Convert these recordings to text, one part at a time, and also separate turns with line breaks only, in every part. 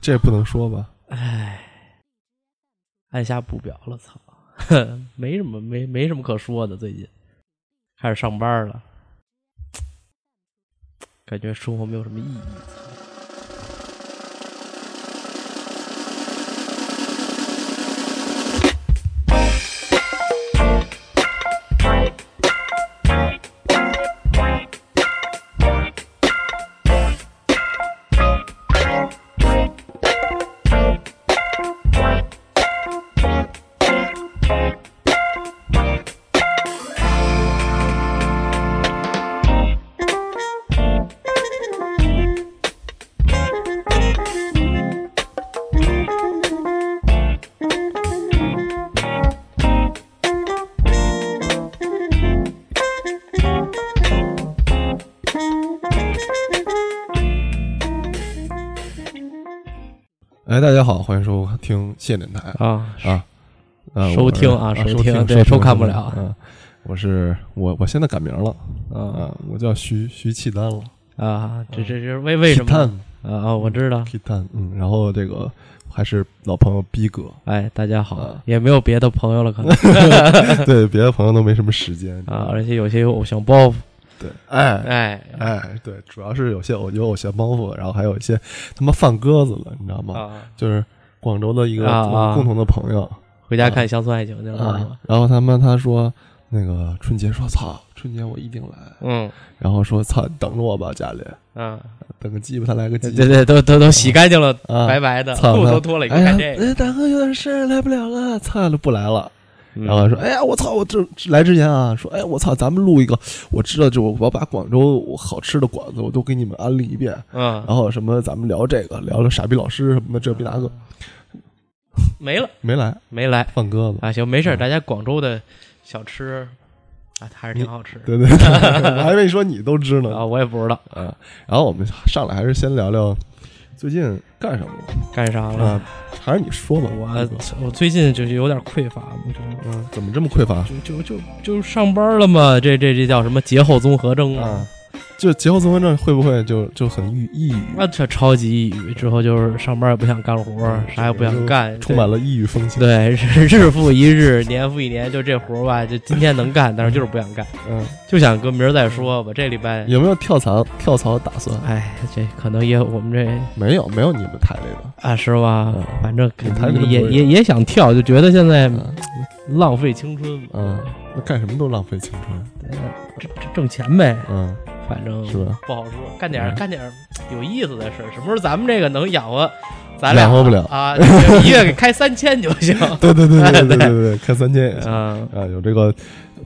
这不能说吧？
按下不表了，操， 没什么没没什么可说的，最近开始上班了，感觉生活没有什么意义。
哎，大家好，欢迎收听谢电台
啊
啊啊！
收
我是
听啊
啊，
收
听
听对
收
收看不了
嗯，我是我，我现在改名了
啊
啊，我叫徐徐契丹了，
啊！这这这为为什么啊啊？我知道，
契丹，嗯，然后这个还是老朋友逼哥，
哎，大家好
啊，
也没有别的朋友了， 可能
对，别的朋友都没什么时间
啊，而且有些有偶像包袱，
对，哎。
哎
哎，对，主要是有些偶有偶像包袱，然后还有一些他妈放鸽子了，你知道吗？
啊，
就是广州的一个
啊啊
共同的朋友，嗯
回家看《乡村爱情》去了是
啊
吧，
然后他们他说那个春节说操，春节我一定来，
嗯
然后说操，等着我吧，家里
嗯，
等个鸡巴他来个鸡
对
巴，
对对，都都都洗干净了，
啊，
白白的，
嗯操
裤子
他
都脱了，你
哎
看
呀
这，个，
哎大哥有点事儿来不了了，操，就不来了。
嗯
然后说，哎呀，我操，我这来之前啊，说，哎，我操，咱们录一个，我知道，就我要把广州好吃的馆子我都给你们安利一遍，
嗯
然后什么咱们聊这个，聊聊傻逼老师什么的，这逼那个
没了，
没来，
没来
放鸽子，
啊，行，没事儿，
嗯
大家广州的小吃啊，还是挺好吃的
对对对，我还没说你都知呢
啊，我也不知道
啊，然后我们上来还是先聊聊最近干什么了
干啥了。
啊，还是你说吧，我
我啊我最近就是有点匮乏嘛，就是
嗯，怎么这么匮乏
就就就就上班了嘛，这这这叫什么节后综合征
啊？就节后综合症会不会就就很抑抑
那
郁，
这超级抑郁，之后就是上班也不想干活儿，
嗯
啥也不想干，
充满了抑郁风情？，
对对 日日复一日，年复一年，就这活儿吧，就今天能干，但是就是不想干，
嗯，
就想搁明儿再说吧。这礼拜，
有没有跳槽跳槽打算？
哎，这可能也我们这
没有，没有你们台里的。
啊是吧
嗯？
反正
你谈什么
也
不是
也也想跳，就觉得现在
嗯
浪费青春，
嗯，那干什么都浪费青春，
挣挣钱呗，
嗯，
反正
是吧？
不好说，干点儿
嗯
干点儿有意思的事儿。什么时候咱们这个能养活咱俩？
养活不了
啊，就是一月给开三千就行。
对对对对对对对对，看三千 也行
嗯，
啊，有这个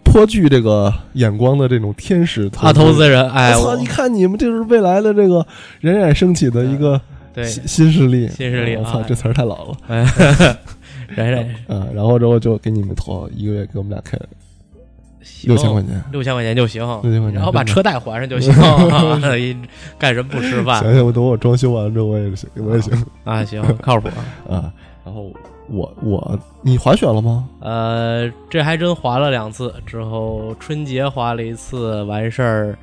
颇具这个眼光的这种天使
啊，投资人，哎，
我
我
操！你看你们这是未来的这个冉冉升起的一个
对，
新新势力，哦
新势力
我操，
哎
这词儿太老了
哎， 然然
啊！然后之后就给你们投一个月，给我们俩开
行
六千块钱，
六千块钱就行，
六千块钱
然后把车贷还 上就行。 干什么不吃饭
想想我等我装修完了之后，我也行，我也行
啊？行，靠谱。
啊。 然后我我你滑雪了吗？
呃，这还真滑了两次，之后春节滑了一次，完事儿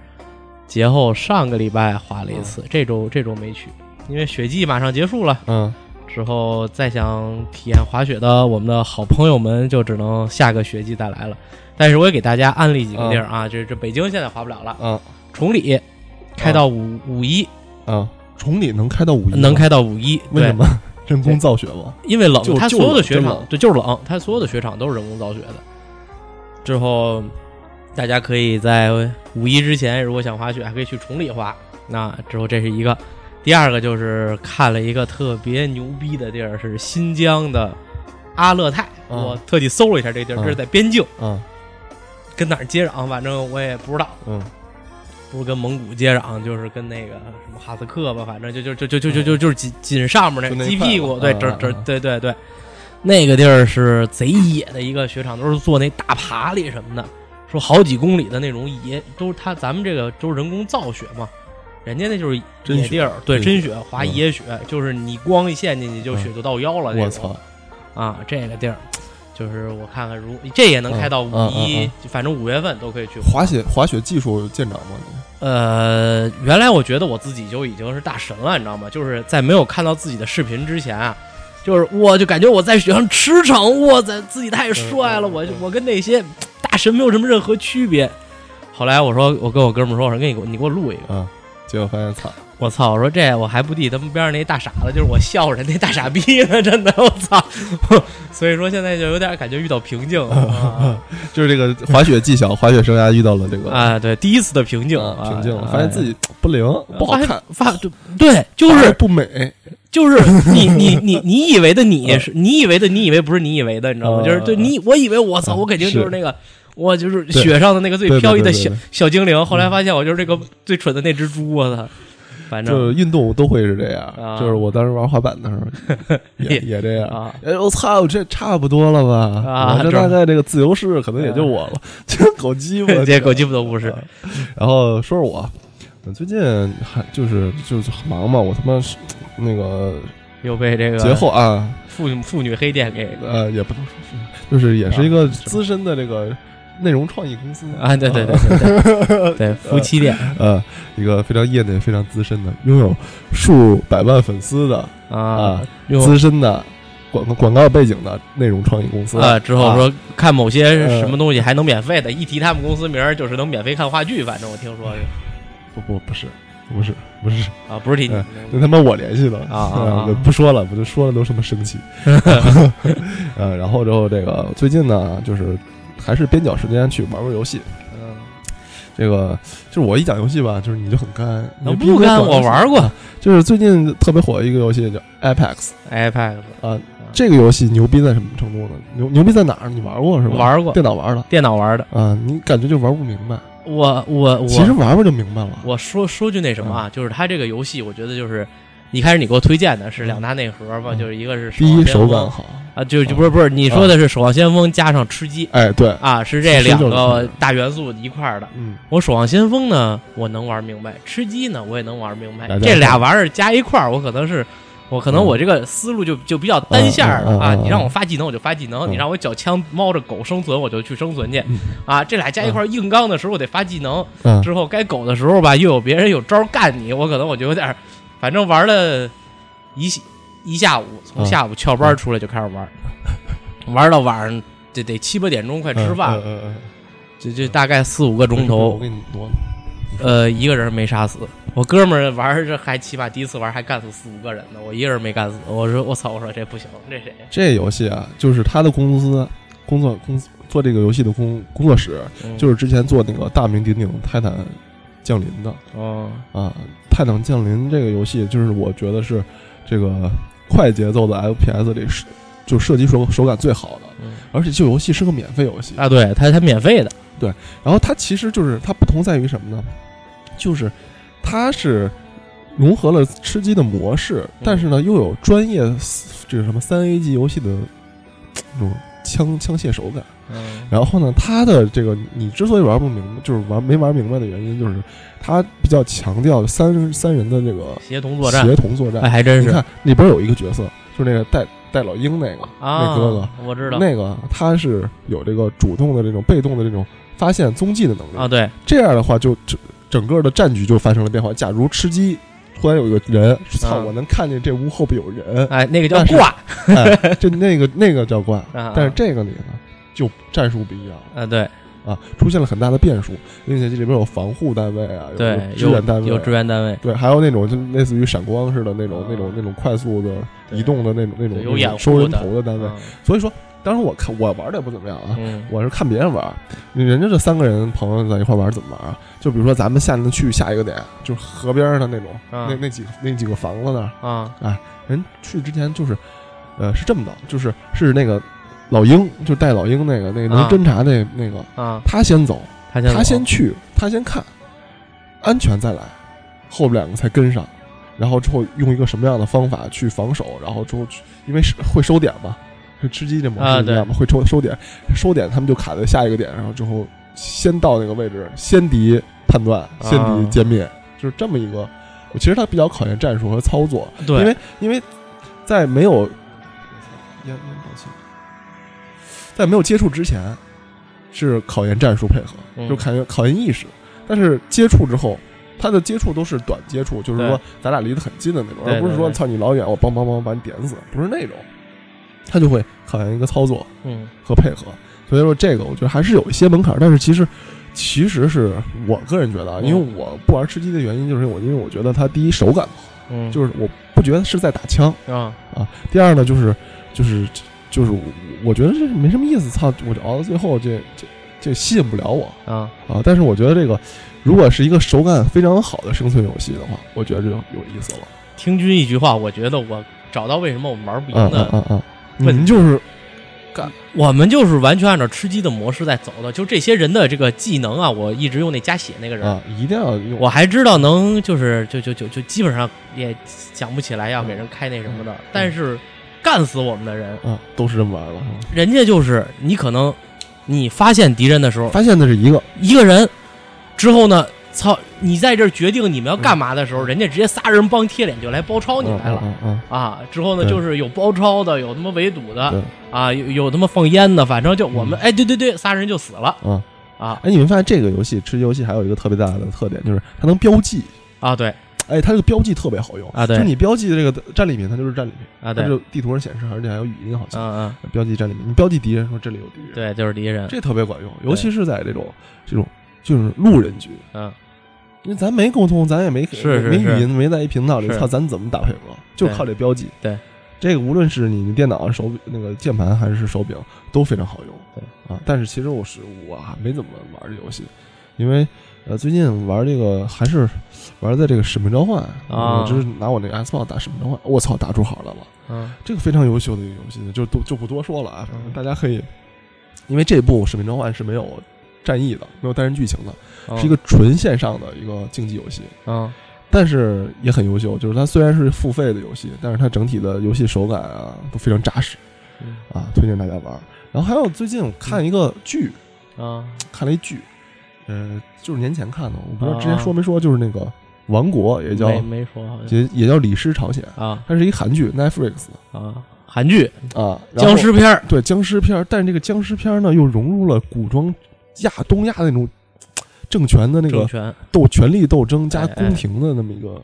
节后上个礼拜滑了一次，这周这周没去，因为雪季马上结束了，
嗯，
之后再想体验滑雪的我们的好朋友们就只能下个雪季再来了。但是我也给大家安利几个地儿啊，这这北京现在滑不了了，
啊
崇礼开到五五一，
啊，崇礼能开到五一吗，
能开到五一，
为什
对，
么？人工造雪吗？
因为冷
就，
它
就
所有的
冷
雪
真
场
冷
对就是冷，它所有的雪场都是人工造雪的。之后，大家可以在五一之前，如果想滑雪，还可以去崇礼滑。那之后这是一个，第二个就是看了一个特别牛逼的地儿，是新疆的阿勒泰。
嗯
我特地搜了一下这地儿，
嗯
这是在边境，
啊
跟哪儿接壤，反正我也不知道，
嗯
不是跟蒙古接壤，就是跟那个什么哈萨克吧，反正就就就就就就就就是紧紧上面
就那
那鸡
一块
屁股，
吧
对，
嗯
这
嗯
这
嗯
对对对，那个地儿是贼野的一个雪场，都是做那大爬犁什么的，说好几公里的那种野，都是他咱们这个都是人工造雪嘛，人家那就是
真
野
雪
地儿，对，
真
真雪滑
嗯
野雪，就是你光一陷进去就雪就到腰了，
我操！
啊，这个地儿。就是我看看如这也能开到五
嗯嗯
一、
嗯
反正五月份都可以去。
滑雪滑雪技术见长吗？你
呃，原来我觉得我自己就已经是大神了，你知道吗？就是在没有看到自己的视频之前啊，就是我就感觉我在雪上驰骋，我在自己太帅了，
嗯嗯
我就
嗯
我跟那些大神没有什么任何区别。后来我说，我跟我哥们儿说，我说给你你给我录一个，
啊，结果发现操，
我操！我说这我还不地他们边上那大傻子，就是我笑着那大傻逼呢，真的，我操！ 所以说现在就有点感觉遇到 瓶颈啊
就是这个 滑雪技巧，滑雪生涯遇到了这个
啊，对，第一次的瓶颈，
啊
啊
瓶颈，
哎
发现自己不灵，不好
发现
看，
发对对，就
反而
是
不美。
就是你你你你以为的
呃
你是你以为的你以为不是你以为的，你知道吗？
嗯
就是对你我以为我操，
嗯
我肯定就是
是
那个。我就是
对
雪上的那个最
对对
飘逸的
对对
小
对嗯
小精灵，后来发现我就是这个最蠢的那只猪，我操！反正
就是运动都会是这
啊
样，就是我当时玩滑板的时候 也也这样。
啊，
哎，我操，这差不多了吧？
啊
我这
这，
大概这个自由式可能也 就我了，这狗鸡巴
这狗鸡巴都不
呃
是，
然后说说我，嗯最近还就是就是很忙嘛，我他妈是那个
又被这个
节后啊，
妇女妇女黑店给
呃，也不能说是，就是也是一个资深的这个内容创意公司
啊，对对对对对对，夫妻店
呃，一个非常业内非常资深的，拥有数百万粉丝的
啊
啊，
用
资深的广广告背景的内容创意公司
啊之后
啊
说看某些
呃
什么东西还能免费的，一提他们公司名儿就是能免费看话剧，反正我听说
不不不是不是不是，
啊，不是提
嗯嗯那他妈我联系的
啊啊啊
嗯不说了，我就说了都他妈生 气。呃，然后之后这个最近呢，就是还是边角时间去玩玩游戏。
嗯
这个就是我一讲游戏吧，就是你就很干，
能
你
不干
管
我
游戏
玩过
啊就是最近特别火的一个游戏叫 Apex
嗯，iPad
啊，这个游戏牛逼在什么程度呢？牛牛逼在哪儿？你玩过是吧？
玩过
电脑玩的
电脑玩的，
啊，你感觉就玩不明白。
我我我
其实嗯玩玩就明白了。
我说说句那什么啊，就是它这个游戏，我觉得就是一开始你给我推荐的是两大内核嘛，
嗯
就是一个是
第一
守
手
望先锋
感好，
啊，就就不是不是你说的是《守望先锋》加上吃鸡
哎对，
啊，是这
吃鸡
两
就是
个
吃鸡
大元素一块儿的。
嗯，
我守望先锋呢，我能玩明白；吃鸡呢，我也能玩明白
大。家
这俩玩意儿加一块儿，我可能是，我可能
嗯
我这个思路就就比较单线儿
嗯嗯嗯
啊。
嗯
你让我发技能，我就发技能；
嗯
你让我脚枪猫着狗生存，我就去生存去
嗯。
啊，这俩加一块儿硬刚的时候，我得发技能；
嗯
之后该狗的时候吧，又有别人有招儿干你，我可能我就有点儿，反正玩了一一下午，从
嗯
下午翘班出来就开始玩儿，玩到晚上得得七八点钟快吃饭
嗯
了，
嗯嗯嗯
这这大概四五个钟头
我。给你挪。
呃，一个人没杀死。我哥们儿玩儿这还起码第一次玩儿还干死四五个人呢，我一个人没干死。我说我操，我说这不行，这谁？
这游戏啊，就是他的公司工作公司做这个游戏的工工作室，
嗯
就是之前做那个大名鼎鼎《泰坦降临》的
哦，
啊，《泰坦降临》这个游戏，就是我觉得是这个快节奏的 FPS 里是就射击手手感最好的，
嗯
而且这游戏是个免费游戏。
啊，对，它它免费的，
然后它其实就是它不同在于什么呢？就是它是融合了吃鸡的模式，
嗯
但是呢又有专业这个什么三 A 级游戏的这种枪枪械手感。
嗯
然后呢，它的这个你之所以玩不明白，就是玩没玩明白的原因，就是它比较强调三三人的这个
协同作战，
协同作战。
哎，还真
你
是
看里边有一个角色，就是那个带带老鹰那个、
啊，
那哥哥，
我知道
那个他是有这个主动的这种被动的这种发现踪迹的能力
啊，对，
这样的话就整整个的战局就发生了变化。假如吃鸡突然有一个人，操，
嗯
我能看见这屋后边有 人，
哎，那个叫
但是
挂
哎，就那个那个叫怪，
啊，
但是这个里呢就战术不一样了
啊，对
啊，出现了很大的变数，并且这里边有防护单位啊，有
对，
支
有
援单位
有支
啊。
援单位，
对，还有那种就类似于闪光似的那种、
啊
那种、那种快速的
对
移动的那种、那种那
有
种
掩护
收人
的啊
头的单位。所以说，当时我看我玩的也不怎么样啊，
嗯，
我是看别人玩儿，人家这三个人朋友在一块玩儿怎么玩儿啊？就比如说咱们下次去下一个点，就是河边儿的那种，
啊
那那几那几个房子那儿，
啊
人去之前就是，呃，是这么的，就是是那个老鹰，就带老鹰那个那个
啊
能侦查那那个，
啊，
他先走，
他先
他
走
先去，他先看，安全再来，后边两个才跟上。然后之后用一个什么样的方法去防守？然后之后去，因为是会收点嘛，就吃鸡这模
啊
式一
对
样嘛，会抽收点，收点他们就卡在下一个点，然后之后先到那个位置，先敌判断，先
啊
敌歼灭，就是这么一个。我其实它比较考验战术和操作，
对，
因为因为在没有烟烟爆气，在没有接触之前是考验战术配合，
嗯
就考验考验意识。但是接触之后，他的接触都是短接触，就是说
对
咱俩离得很近的那种，
对
而不是说
对对
操你老远我梆梆梆把你点死，不是那种。他就会考验一个操作
嗯
和配合。所以说这个我觉得还是有一些门槛，但是其实其实是我个人觉得啊，
嗯
因为我不玩吃鸡的原因就是我因为我觉得它第一手感好，
嗯，
就是我不觉得是在打枪。
是啊，
第二呢，就是就是就是我我觉得这没什么意思，操，我这熬到最后这这这吸引不了我
啊，
啊。但是我觉得这个如果是一个手感非常好的生存游戏的话，我觉得就有意思了。
听君一句话，我觉得我找到为什么我们玩不
啊
赢的，
啊啊！你
问
们就是
我们就是完全按照吃鸡的模式在走的。就这些人的这个技能啊，我一直用那加血那个人，
啊，一定要用
我还知道能就是就就就就基本上也想不起来要给人开那什
嗯
么的，但是干死我们的人，
啊，都是这么玩的。
人家就是你可能你发现敌人的时候，
发现的是一个，
一个人之后呢，操，你在这儿决定你们要干嘛的时
嗯
候，人家直接仨人帮贴脸就来包抄你来了。
啊啊啊！
啊，之后呢，
对
就是有包抄的，有他妈围堵的
对，
啊，有有他妈放烟的，反正就我们，
嗯
哎，对对对，仨人就死了
啊
啊
哎，你们发现这个游戏吃鸡游戏还有一个特别大的特点，就是它能标记。
啊，对
哎，它这个标记特别好用
啊对
就你标记的这个战利品，它就是战利品，
啊，
它
对，
就地图上显示，而且还有语音，好像、
嗯嗯，
标记战利品。你标记敌人，说这里有敌人，
对，就是敌人，
这特别管用，尤其是在这种这种就是路人局，
嗯，
因为咱没沟通，咱也没
是是
没
是
语音，没在一频道里，
是
操，咱怎么打配合？就
对
靠这标记。
对，
这个无论是你的电脑、啊手那个键盘还是手柄都非常好用。
对
啊，但是其实我是我还没怎么玩这游戏，因为呃最近玩这个还是玩在这个使命召唤
啊
我就是拿我那个 Xbox 打使命召唤，我操，打出好来了。
嗯
这个非常优秀的一个游戏，就都就不多说了啊，反
嗯
正大家可以，因为这部《使命召唤》是没有战役的，没有单人剧情的，
嗯
是一个纯线上的一个竞技游戏，
嗯
但是也很优秀。就是它虽然是付费的游戏，但是它整体的游戏手感啊都非常扎实
嗯
啊，推荐大家玩。然后还有最近我看一个剧，
啊
看了一剧，呃，就是年前看的，我不知道之前说没说，就是那个《王国》，也叫
没没说好像
也也叫《李尸朝鲜》，
啊
它是一韩剧，Netflix
啊，韩剧
的啊，然后
僵尸片儿
对僵尸片儿，但是这个僵尸片儿呢，又融入了古装亚东亚那种嘖政权的那
政
个
权，
斗权力斗争加
哎哎
宫廷的那么一个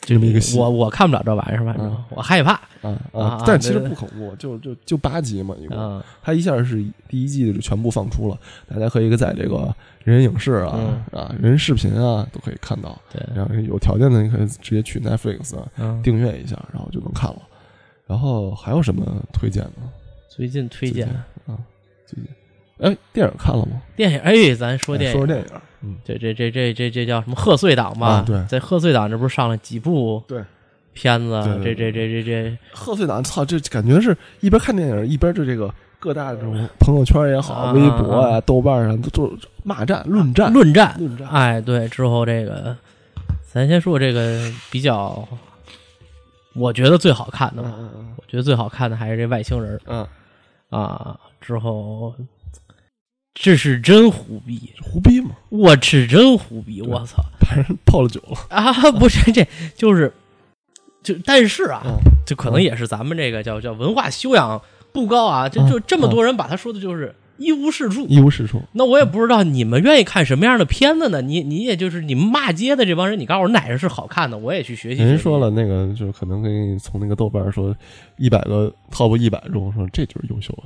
这么一个戏
我我看不了这玩意儿，反正
嗯
我害怕
啊
啊
啊！但其实
对
不恐怖，就就就八集嘛，一共。
啊
它一下是第一季就全部放出了，大家可以在这个人人影视啊
嗯
啊人人视频啊都可以看到。
对
然后有条件的，你可以直接去 Netflix 啊
嗯，
订阅一下，然后就能看了。然后还有什么推荐呢？
最近推
最近
荐
啊，最近哎，电影看了吗？
电影，哎，咱说
哎
电
说
影
说。电影，嗯，
这这这这这这叫什么贺岁档吧？
啊对
在贺岁档这不是上了几部
对，
片子？
对对
这这这这这
贺岁档，操，这感觉是一边看电影一边就这个各大这种朋友圈也好，
啊
微博啊、豆瓣上都都骂战、论战、
论战，
论战
哎，对，之后这个，咱先说这个比较，我觉得最好看的吧，
嗯嗯
我觉得最好看的还是这外星人
嗯，
啊。之后，这是真虎逼，
胡逼嘛，
我是真虎逼，我操
反正泡了酒了，
啊！不是，这就是就，但是啊，
嗯
就可能也是咱们这个叫叫文化修养不高啊，就就
嗯
这么多人把他说的就是一无是处。
一无是处。
那我也不知道你们愿意看什么样的片子呢？你你也就是你们骂街的这帮人，你告诉我哪个是好看的，我也去学习。
人家说，了，那个就是可能给你从那个豆瓣说一百个 top 一百中说这就是优秀的，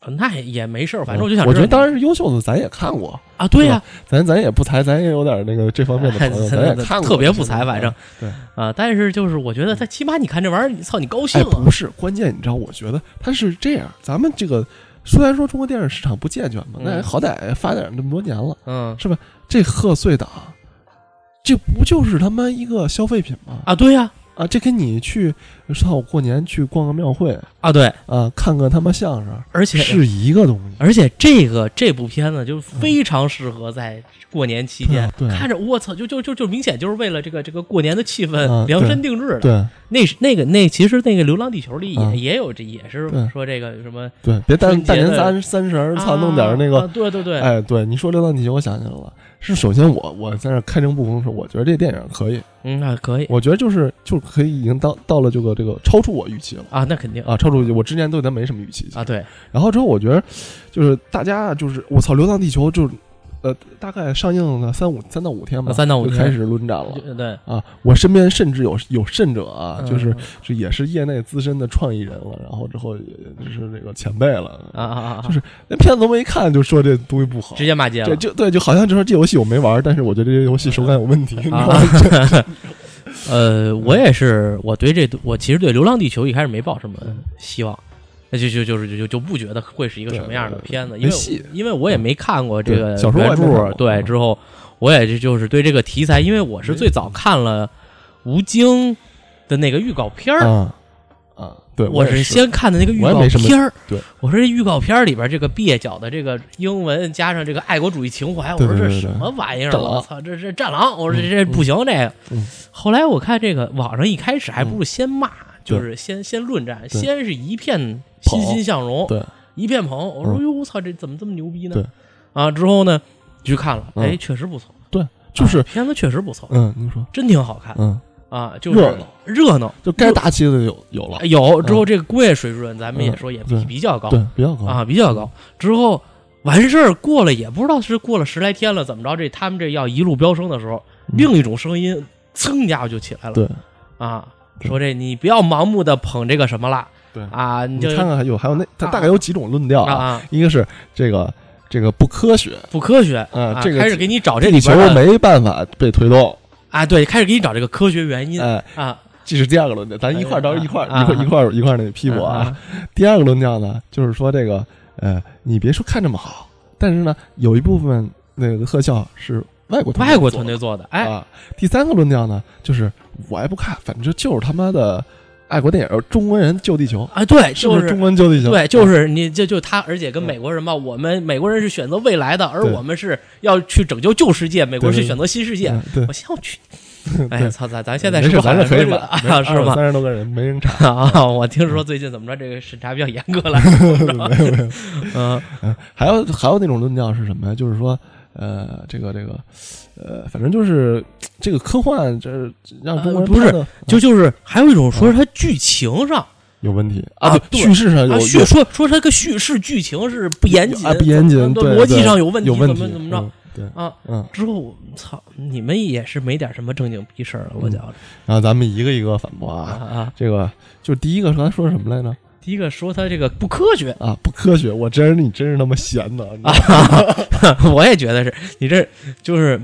呃那也没事儿，反正我就想知
嗯
道
我觉得当然是优秀的，咱也看过，
啊，对呀、
咱咱也不才，咱也有点那个这方面的 朋友，咱也看过，嗯
特别不才，反正
对。
啊，但是就是我觉得他起码你看这玩意儿，你操你高兴
哎，
啊
不是，关键你知道，我觉得它是这样，咱们这个虽然说中国电影市场不健全嘛，
嗯
那好歹发展这么多年了，
嗯
这贺岁档，这不就是他妈一个消费品吗？
啊，对呀、
啊，这跟你去操过年去逛个庙会
啊对，
啊，看个他妈相声
而且
是一个东西。
而且这个这部片子就非常适合在过年期间、
对啊对啊
看着，我操，就就就就明显就是为了这个这个过年的气
啊
氛
对
量身定制的。
对，
那是那个那其实那个《流浪地球》里也、
啊
也有这也是
对
说这个什么
对，别大
春节
大年
的
三三十儿，操，
啊
弄点儿那个
啊对对对，
哎，对，你说《流浪地球》，我想起来了，是首先我我在那儿开诚布公说，我觉得这电影可以，
嗯，那可以
我觉得就是就可以已经到到了这个这个超出我预期了
啊，那肯定
啊，超出我预期我之前对它没什么预期
啊，对，
然后之后我觉得就是大家就是我操，《流浪地球》就呃大概上映了三五三到五天吧，
啊三到五
就
天
开始轮战了。
就对，
啊，我身边甚至有有甚者啊，
嗯
就是这也是业内资深的创意人了，然后之后也就是那个前辈了
啊，啊啊，
就那片子都没看就说这东西不好，
直接骂街
这
了。
就对，就好像就说这游戏我没玩，但是我觉得这游戏手感有问 题，你知道吗？
啊，呃，我也是，我对这我其实对《流浪地球》一开始没抱什么希望，那就就就是就就就不觉得会是一个什么样的片子，因
没
为
戏
因为我也没看过这个
对小说我也
原
没看
著，
过
对
嗯
之后我也是就是对这个题材，因为我是最早看了吴京的那个预告片儿。
啊啊，对，
我
我也
是
是
先看的那个预
我也
告
没什么
片儿，
对，
我说这预告片儿里边这个蹩脚的这个英文加上这个爱国主义情怀，我
对
说
对
这
对
什
对
么玩意儿？
战狼
我操，这这战狼！我说这
嗯
这不行，这个
嗯。
后来我看这个网上一开始还不如先骂，
对
就是先先论战，
对
先是一片
捧
欣欣向荣，
对
一片捧。我说
嗯
哟，我操，这怎么这么牛逼呢
对？
啊，之后呢去看了，
嗯
哎，确实不错，
对，就是、
啊片子确实不错，
嗯，您说，
真挺好看
嗯，
啊，就是
热闹嗯
热闹。哎
就该大气的有有了，
有之后，
嗯
这个工业水准咱们也
嗯
说也比
对
比较高，
对，比较高，
啊，比较高。之后完事儿过了，也不知道是过了十来天了，怎么着？这他们这要一路飙升的时候，
嗯
另一种声音噌一下就起来了。
对，
啊，
对
说这你不要盲目的捧这个什么了。
对
啊，你
你
就
看看还有还有那，它
啊
大概有几种论调
啊啊，
一个是这个这个不科学，
不科学啊
嗯这个
开始给你找这
这
里
地球
边的
没办法被推动，
啊，对，开始给你找这个科学原因
哎，
啊，
这是第二个论调，咱一块儿到时候一块儿、
啊
一块儿一块儿一块儿那个批驳啊。
啊
第二个论调呢，就是说这个呃，你别说看这么好，但是呢，有一部分那个特效是外国团队
外国
做
团
的
队做的，哎，
啊。第三个论调呢，就是我还不看，反正就是他妈的爱国电影，中国人救地球，
啊，对，
是
就
不是中国人救地球？
对，就
啊
是你就就他，而且跟
嗯
美国人嘛，我们美国人是选择未来的，而
对
我们是要去拯救旧世界，美国人
对对
是选择新世界。
嗯对
我，先我 去，哎呀，
对
操，咱咱现在
没
是
事，
不好
咱
像
这可以
说这个
吧？
啊，是吗？
三十多个人没人查，
啊，我听说最近怎么着，这个审查比较严格 了，是吧
没有没有。
嗯
还有还有那种论调是什么呀？就是说，呃，这个这个，呃，反正就是这个科幻，这这让中国人
呃不是
看的
就就是还有一种说是它剧情上
有问题
啊
对，
对
叙事上有
啊，
有
叙说说它这个叙事剧情是不严谨，
啊不严谨，
怎
对
么逻辑
对
上有问题，
有
怎么
题，
怎么着
嗯？对，
啊？
嗯，
之后我操，你们也是没点什么正经逼事儿了，我觉着
然后咱们一个一个反驳
啊
啊。
啊。
这个就第一个，刚才说什么来着？
第一个说它这个不科学，
啊，不科学！我真是你真是他妈闲的，你
啊
知道吗
我也觉得是你这就是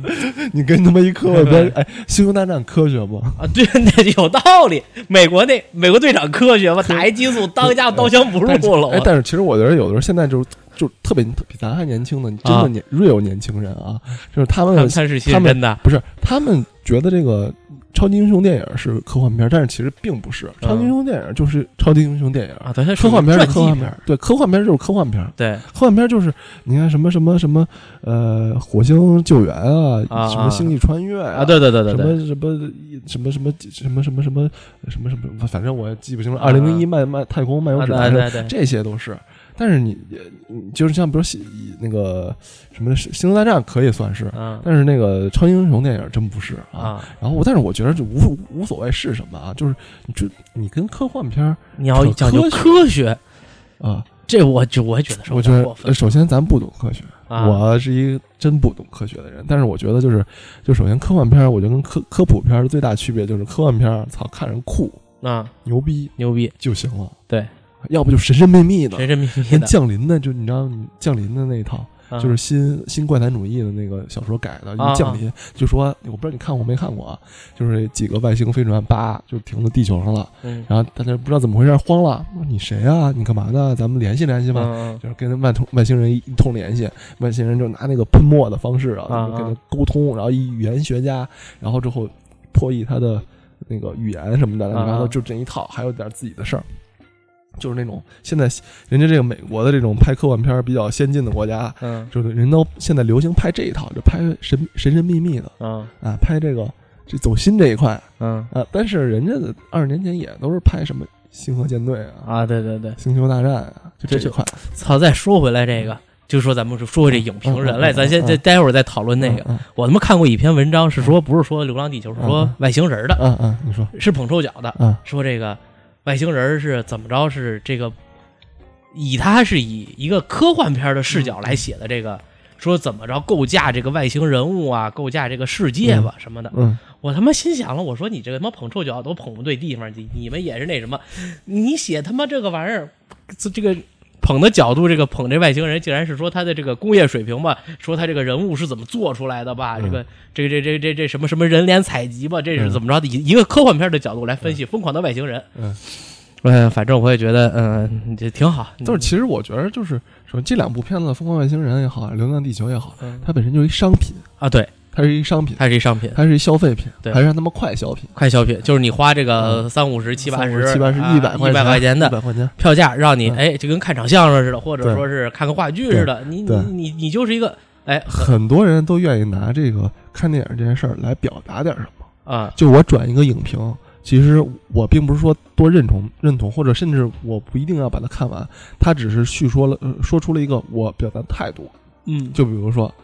你跟他妈一科幻
对
片，哎，《星球大战》科学不？
啊，对， 那有道理。美国那美国队长科学吧，打一激素，当家伙刀枪不入了。
哎，但是其实我觉得有的时候现在就是就特别比咱还年轻的，真
啊
的年 real 年轻人啊，就是他
他
们
们他是信
他们
真的，
不是，他们觉得这个超级英雄电影是科幻片，但是其实并不是。超级英雄电影就是超级英雄电影，
嗯啊，对，它属
科
于
幻片是
传记
科幻片，，哎对，科幻片就是科幻片，
对
科幻片就是你看什么什么什么，呃，火星救援啊，
啊
什么星际穿越啊
啊，对对对对
什
对，
么什么什么什么什么什么什么什么什么，反正我也记不清了。二零零一漫漫太空漫游
啊
指南什么，
对对对，
这些都是。但是你你就是像比如西那个什么《星球大战》可以算是，
嗯
但是那个超级英雄电影真不是啊。
啊，
然后我，但是我觉得这无无所谓是什么啊，就是你这你跟科幻片儿
你要
可
讲究
科学
科学，
啊，
这我就我也觉得是
我
有
觉
点
得
过分
呃首先咱不懂科学，
啊。
我是一个真不懂科学的人。但是我觉得就是，就首先科幻片儿，我觉得跟科科普片儿的最大区别就是科幻片儿，操，看着酷
啊
牛逼
牛逼，
就行了，
对，
要不就神神秘秘的
神，神秘 秘
跟
的，
降临的就你知道你降临的那一套。
啊
就是新新怪谈主义的那个小说改的，一
啊
个降临，就说我不知道你看过没看过啊，就是几个外星飞船叭就停到地球上了，
嗯
然后大家不知道怎么回事慌了，我说你谁啊？你干嘛呢？咱们联系联系
嗯
吧。
嗯
就是跟外通外星人一通联系，外星人就拿那个喷墨的方式
啊
啊，就跟他沟通，然后一语言学家，然后之后破译他的那个语言什么的，
啊
然后就这一套，还有点自己的事儿，就是那种现在人家这个美国的这种拍科幻片儿比较先进的国家，
嗯
就是人都现在流行拍这一套，就拍神神神秘秘的
嗯
啊，拍这个这走心这一块
嗯
啊。但是人家的二十年前也都是拍什么《星河舰队》啊，
啊，对对对，
星球大战》啊，就这
这
一
就
块。
操！再说回来这个，就说咱们说回这影评人
嗯
来，
嗯嗯
咱先
嗯
这待会儿再讨论那个。
嗯，
我他妈看过一篇文章，是说不是说《流浪地球》，是说
嗯
外星人的，
嗯嗯嗯，你说，
是捧臭脚的，
嗯
说这个外星人是怎么着，是这个以他是以一个科幻片的视
嗯
角来写的这个。说怎么着构架这个外星人物啊，构架这个世界吧什么的，
嗯，
我他妈心想了，我说你这他妈捧臭脚都捧不对地方，你你们也是那什么，你写他妈这个玩意儿，这这个捧的角度，这个捧这外星人，竟然是说他的这个工业水平吧，说他这个人物是怎么做出来的吧，
嗯
这个这这这这这什么什么人脸采集吧，这是怎么着的？以一个科幻片的角度来分析《疯狂的外星人》。
嗯，
嗯，反正我也觉得，嗯，这挺好。
就是其实我觉得就是什么这两部片子，《疯狂外星人》也好，《流浪地球》也好，
嗯
它本身就是一商品，
啊，对，
它是一商品，
它是一商品，
它是一消费品，
对
还是让他们快消品，
快消品，就是你花这个三五十、七
嗯
八
三五
十、
七八十、
一
一百
一百块钱的
一百块钱，
票价，让你
嗯
哎就跟看场相声似的，或者
对
说是看个话剧似的，你你
对
你你就是一个哎
很多人都愿意拿这个看电影这件事儿来表达点什么。
啊
就我转一个影评，其实我并不是说多认同认同，或者甚至我不一定要把它看完，它只是叙说了、呃说出了一个我表达的态度。
嗯
就比如说，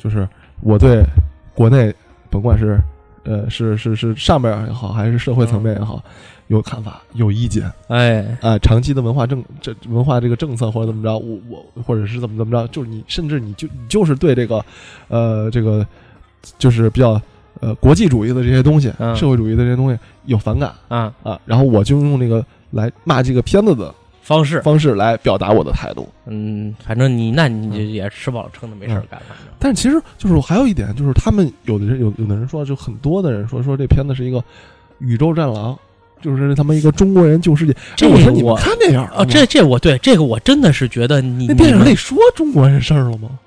就是我对国内甭管是呃是是是上边儿也好，还是社会层面也好，有看法有意见啊、
哎
长期的文化政这文化这个政策或者怎么着，我我或者是怎么怎么着，就是你甚至你就你就是对这个呃这个就是比较。呃，国际主义的这些东西，
嗯
社会主义的这些东西有反感
啊
啊，然后我就用那个来骂这个片子的
方式
方式来表达我的态度。
嗯，反正你那你就
嗯
也吃饱了撑的没事儿干，反正
但是其实就是还有一点，就是他们有的人有有的人说，就很多的人说说这片子是一个宇宙战狼，就是他妈一个中国人救世界。
这
哎我说你
我
们看电影了
啊
吗
这这我对这个我真的是觉得你
那
你
电影
们
里说中国人事儿了吗？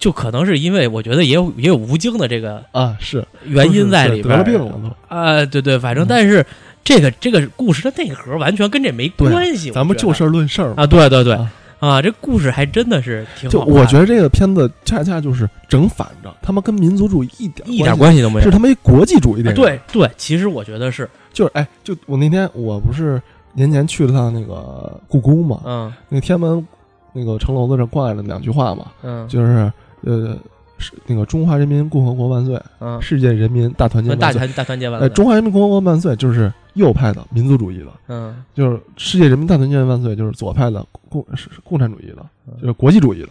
就可能是因为我觉得也有也有吴京的这个
啊，是
原因在
就是
里
是
边
得
儿
了病了
啊，对对，反正
嗯
但是这个这个故事的内核完全跟这没
对
关系，
都。
我
咱们
觉
就
得
事儿论事儿嘛。
啊，对对对
啊
啊，这故事还真的是挺
就
好
我
看
觉得这个片子恰恰就是整反着，他们跟民族主义一点
一点
关
关系都
系
没
是
有。
他妈一国际主义电
啊
影。，
对对，其实我觉得是，
就是哎，就我那天我不是年前去了趟那个故宫嘛，
嗯
那天安门那个城楼子上挂着两句话嘛，
嗯
就是呃，是那个中华人民共和国万岁，
嗯，
世界人民大团结
那大
万岁。
团大团结完
呃，
了，
中华人民共和国万岁就是右派的民族主义的，
嗯
就是世界人民大团结万岁就是左派的共是是共产主义的
嗯，
就是国际主义的。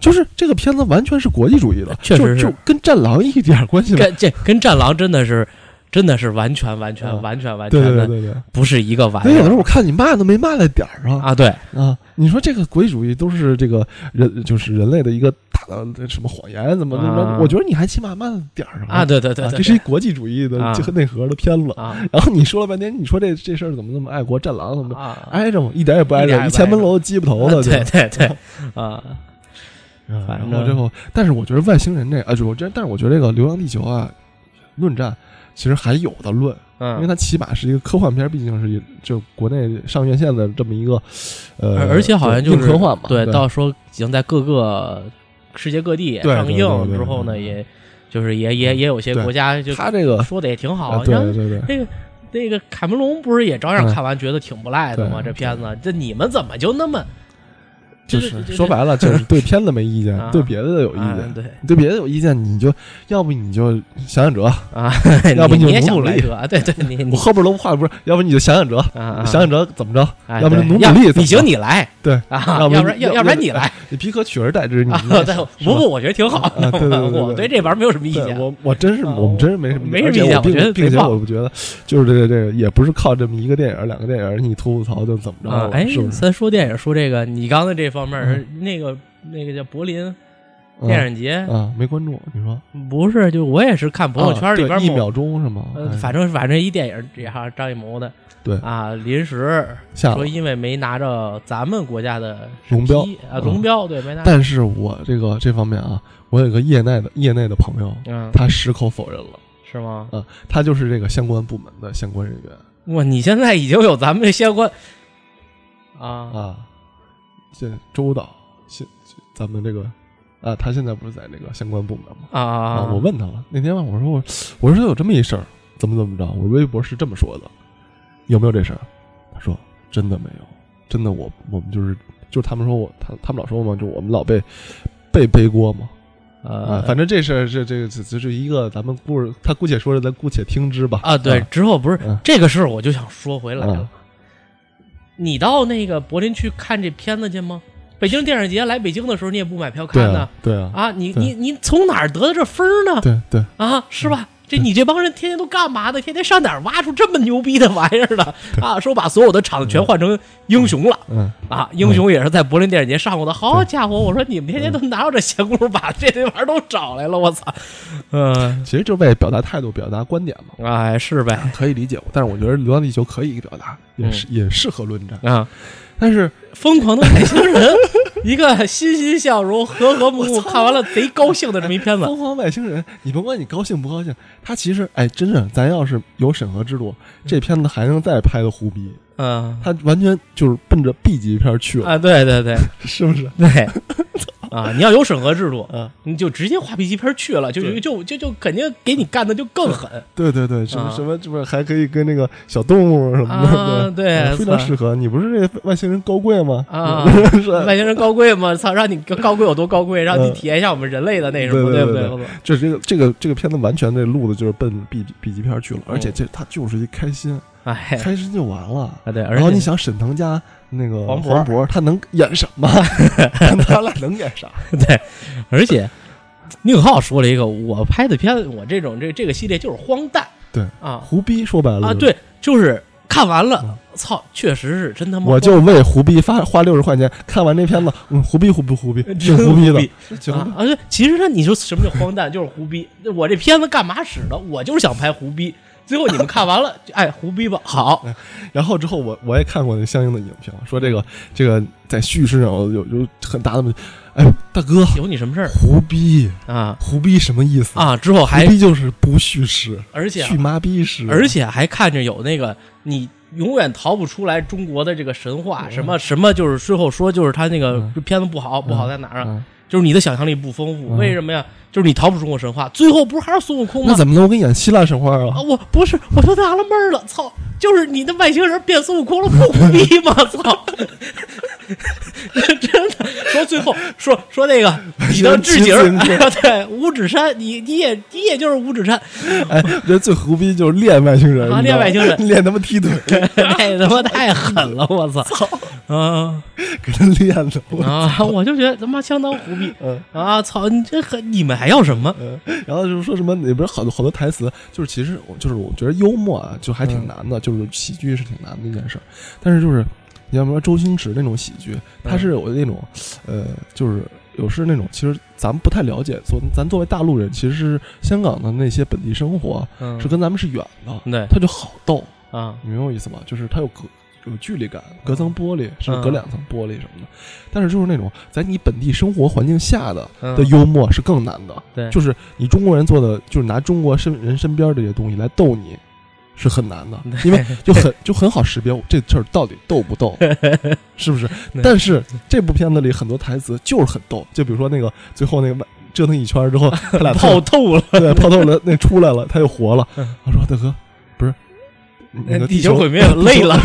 就是这个片子完全是国际主义的，
确实
就是就跟《战狼》一点关系没有。
跟这跟战狼真的是真的是完全完全
嗯
完全完
对对
全
对
的
对对，
不是一个玩
那
意
有的时候
儿
我看你骂都没骂在点儿上
哎啊，对
啊！你说这个国际主义都是这个人，就是人类的一个大的什么谎言，怎么怎么
啊
着？我觉得你还起码骂在点儿上
啊，对对对
啊，
对，
这是一
对
国际主义的
啊
这个内核的片子。
啊
然后你说了半天，你说这这事儿怎么那么爱国，战狼怎么着
啊，
挨着吗？一点也不挨
一点
着，
也不
一前门楼鸡巴头
啊
的，就，
对对对啊，
嗯
反
然
正
后之后，但是我觉得外星人这，啊，就我真，但是我觉得这个《流浪地球》啊，论战其实还有的论，因为
嗯，
它起码是一个科幻片，毕竟是一就国内上院线的这么一个，呃，
而而且好像
对
就
硬
是
科幻嘛，
对，
对，
到说已经在各个世界各地
对
上
对
映
对对
之后呢，
对嗯
也就是也也也有些
对
国家就
它这个，
说的也挺
啊
好，
对
像
对对对，
那个那个卡梅隆不是也照样
嗯
看完觉得挺不赖的吗？
对
这片子，这你们怎么就那么
就
这
是
这
说白了， 就是对片子没意见
啊，
对别的有
这
意
啊
见，
对
对别的有意见，你就要不你就想想辙，
啊，
嗯 要不
你
你
也
就
想
努努
来
力
这，对对，你
我
你
后边都话不是，要不你就想想辙，
啊啊，
想想辙怎么着？
哎
要不
对
然努努
要
力怎么
你行
着
你来，
对
啊，
要
要
不
然
要
要不然
要
你 来
你皮可取而代之，你
啊
你也，
对，
是
不
吧
过我觉得挺好
啊对对对对
我对这玩意儿没有什么意
对
见，
我我真是
啊
我们真是没什么
没
而
什么
且
意见
我并
我觉得
并
贼
且
棒
我不觉得就是这个这个也不是靠这么一个电影两个电影你吐吐槽就怎么着
啊
了，，
哎
是，不是？嗯
咱说电影说这个，你刚才这方面儿那个那个叫柏林电
影
影节，
啊没关注，你说
不是，就我也是看朋友
嗯啊
圈里
对
边
一
某
秒钟是吗？
呃，
哎
反正反正一电影这哈张艺谋的，
对
啊，临时
下
说
了。
因为没拿着咱们国家的
龙
审
标嗯
批啊，龙标对没拿，
但是我这个这方面啊，我有一个业内的业内的朋友，
嗯，
他矢口否认了，
是吗？
他就是这个相关部门的相关人员。
哇，你现在已经有咱们这相关啊
啊啊，这周导，现咱们这个啊，他现在不是在那个相关部门吗？
啊啊
啊，我问他了，那天问我说我我说有这么一事儿，怎么怎么着？我微博是这么说的，有没有这事儿？他说真的没有，真的我我们就是就是他们说我他他们老说嘛，就我们老被被背锅嘛啊
呃，，
反正这事儿是这个这这是一个咱们故事，他姑且说是咱姑且听之吧
啊，对，之后不是
嗯
这个事儿，我就想说回来
嗯
了。你到那个柏林去看这片子去吗？北京电影节来北京的时候，你也不买票
对
看呢
啊？对啊
啊，你
对
你你从哪儿得的这分儿呢？
对对，
啊，是吧？这你这帮人天天都干嘛呢？天天上哪儿挖出这么牛逼的玩意儿呢？啊，说把所有的场子全换成英雄了
嗯
啊！英雄也是在柏林电影节上过的。好家伙，我说你们天天都拿着这闲工夫把这堆玩意儿都找来了，我操！嗯，
其实就是为了表达态度、表达观点嘛，
哎，是呗，
可以理解。但是我觉得《流浪地球》可以表达，也
嗯
是、也适合论战。
啊，
但是
疯狂的外星人，一个欣欣向荣、和和睦睦，看完了贼高兴的这么一片 子
疯狂外星人，你甭管你高兴不高兴，他其实哎，真是咱要是有审核制度，这片子还能再拍的胡逼，
嗯
他完全就是奔着 B 级片去了，
啊，对对对
是不是？
对，啊，你要有审核制度，
嗯，
你就直接画 B 级片去了，就
对
就就就就肯定给你干的就更 狠
对对对，什么、
啊
什么，这不是还可以跟那个小动物什么的，
啊！对
嗯对，，哎非常适合。你不是这外星人高贵吗？
啊
是
操外星人高贵嘛，操，让你高贵有多高贵，让你
嗯
体验一下我们人类的那什么，
对
不
对
对
对？这这个这个这个片子完全这路子就是奔 B 级 B 级片去了，而且这他就是一开心，
嗯 哎，
开心就完了。
啊对，而
然后
且
你想沈腾家那个
黄渤
渤，他能演什么？他俩能演啥？
对，而且宁浩说了一个，我拍的片子，我这种这这个系列就是荒诞，
对
啊
胡逼说白了
啊，
就是，
对，就是看完了
嗯，
操，确实是真他妈荒，
我就为胡逼发花六十块钱看完这片子，嗯，胡逼胡逼 胡逼，挺
真
胡逼
逼
的，挺胡逼
啊啊！对，其实呢，你说什么叫荒诞，就是胡逼。 我这片子干嘛使的？我就是想拍胡逼。最后你们看完了，就哎，胡逼吧，好，
然后之后我我也看过那相应的影评，说这个这个在叙事上有有很大的问题。哎，大哥，
有你什么事儿
胡逼
啊？
胡逼什么意思？
嗯啊，之后
胡
还
逼就是不叙事，
而且
去妈逼式，
而且还看着有那个你永远逃不出来中国的这个神话，什么什么就是最后说就是他那个
嗯
这片子不好，不好在哪儿啊？
嗯
就是你的想象力不丰富，
嗯
为什么呀？就是你逃不出中国神话，最后不是还是孙悟空
那
吗？
怎么能我给你演希腊神话啊
啊，？我不是，我就纳了闷儿了，操！就是你那外星人变孙悟空了，不胡逼吗？操！ 真的，说最后说说那个你的置景儿，
外星
对五指山，你你也你也就是五指山，
哎， 我觉得最胡逼就是练外星人，
啊
你知道吗
练外 星人
练他妈踢腿，
那他妈太狠了，我操！啊
给他练的。我
啊！我就觉得他妈相当胡逼
嗯
啊！操，你这很你们还要什么？
嗯，然后就是说什么里边好多好多台词，就是其实我就是我觉得幽默啊，就还挺难
嗯
的，就是喜剧是挺难的一件事儿。但是就是你要说周星驰那种喜剧，
嗯
他是有那种呃，就是有是那种其实咱们不太了解，所咱作为大陆人，其实是香港的那些本地生活
嗯
是跟咱们是远的，
对
他就好逗，
啊
你明白我意思吗？就是它有隔有距离感，隔层玻璃，甚至隔
嗯
两层玻璃什么的。但是就是那种在你本地生活环境下的
嗯
的幽默是更难的。
对
就是你中国人做的，就是拿中国身人身边这些东西来逗你，是很难的，因 为就很就很好识别这事儿到底逗不逗，是不是？
对
但是这部片子里很多台词就是很逗，就比如说那个最后那个外折腾一圈儿 之后，他俩
泡透了，
对，泡透了，那出来了，他又活了。
嗯哎
我说大哥，不是，那个
地
球
球毁灭了，累了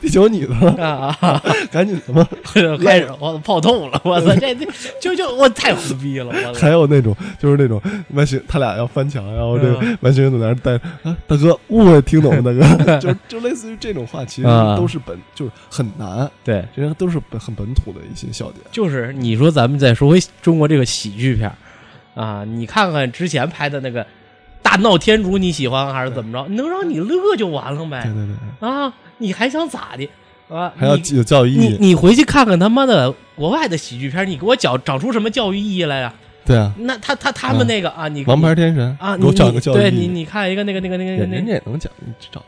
地球你的了，
啊！
赶紧的吧。
开始我泡透了，我操，这这就就我太胡逼了，我操
还！有那种就是那种外星，他俩要翻墙，然后这个
嗯
外星人在那儿带啊，大哥，我也听懂了，大 哥，就就类似于这种话，其实
啊
都是本就是很难，
对，
这些都是本很本土的一些笑点。
就是你说咱们再说回中国这个喜剧片儿啊，你看看之前拍的那个《大闹天竺》，你喜欢还是怎么着？能让你乐就完了
对
呗
对对，
啊！你还想咋的啊？
还要
你
有教育意
你
义，
你回去看看他妈的国外的喜剧片儿，你给我讲找出什么教育意义来呀、
对啊，
那他他他们那个啊，你
王牌天神
啊，
给
你
我找
你
个教育
对
意
你
义。
你看一个那个那个那个
人
那
人
个
家也能讲，你找着。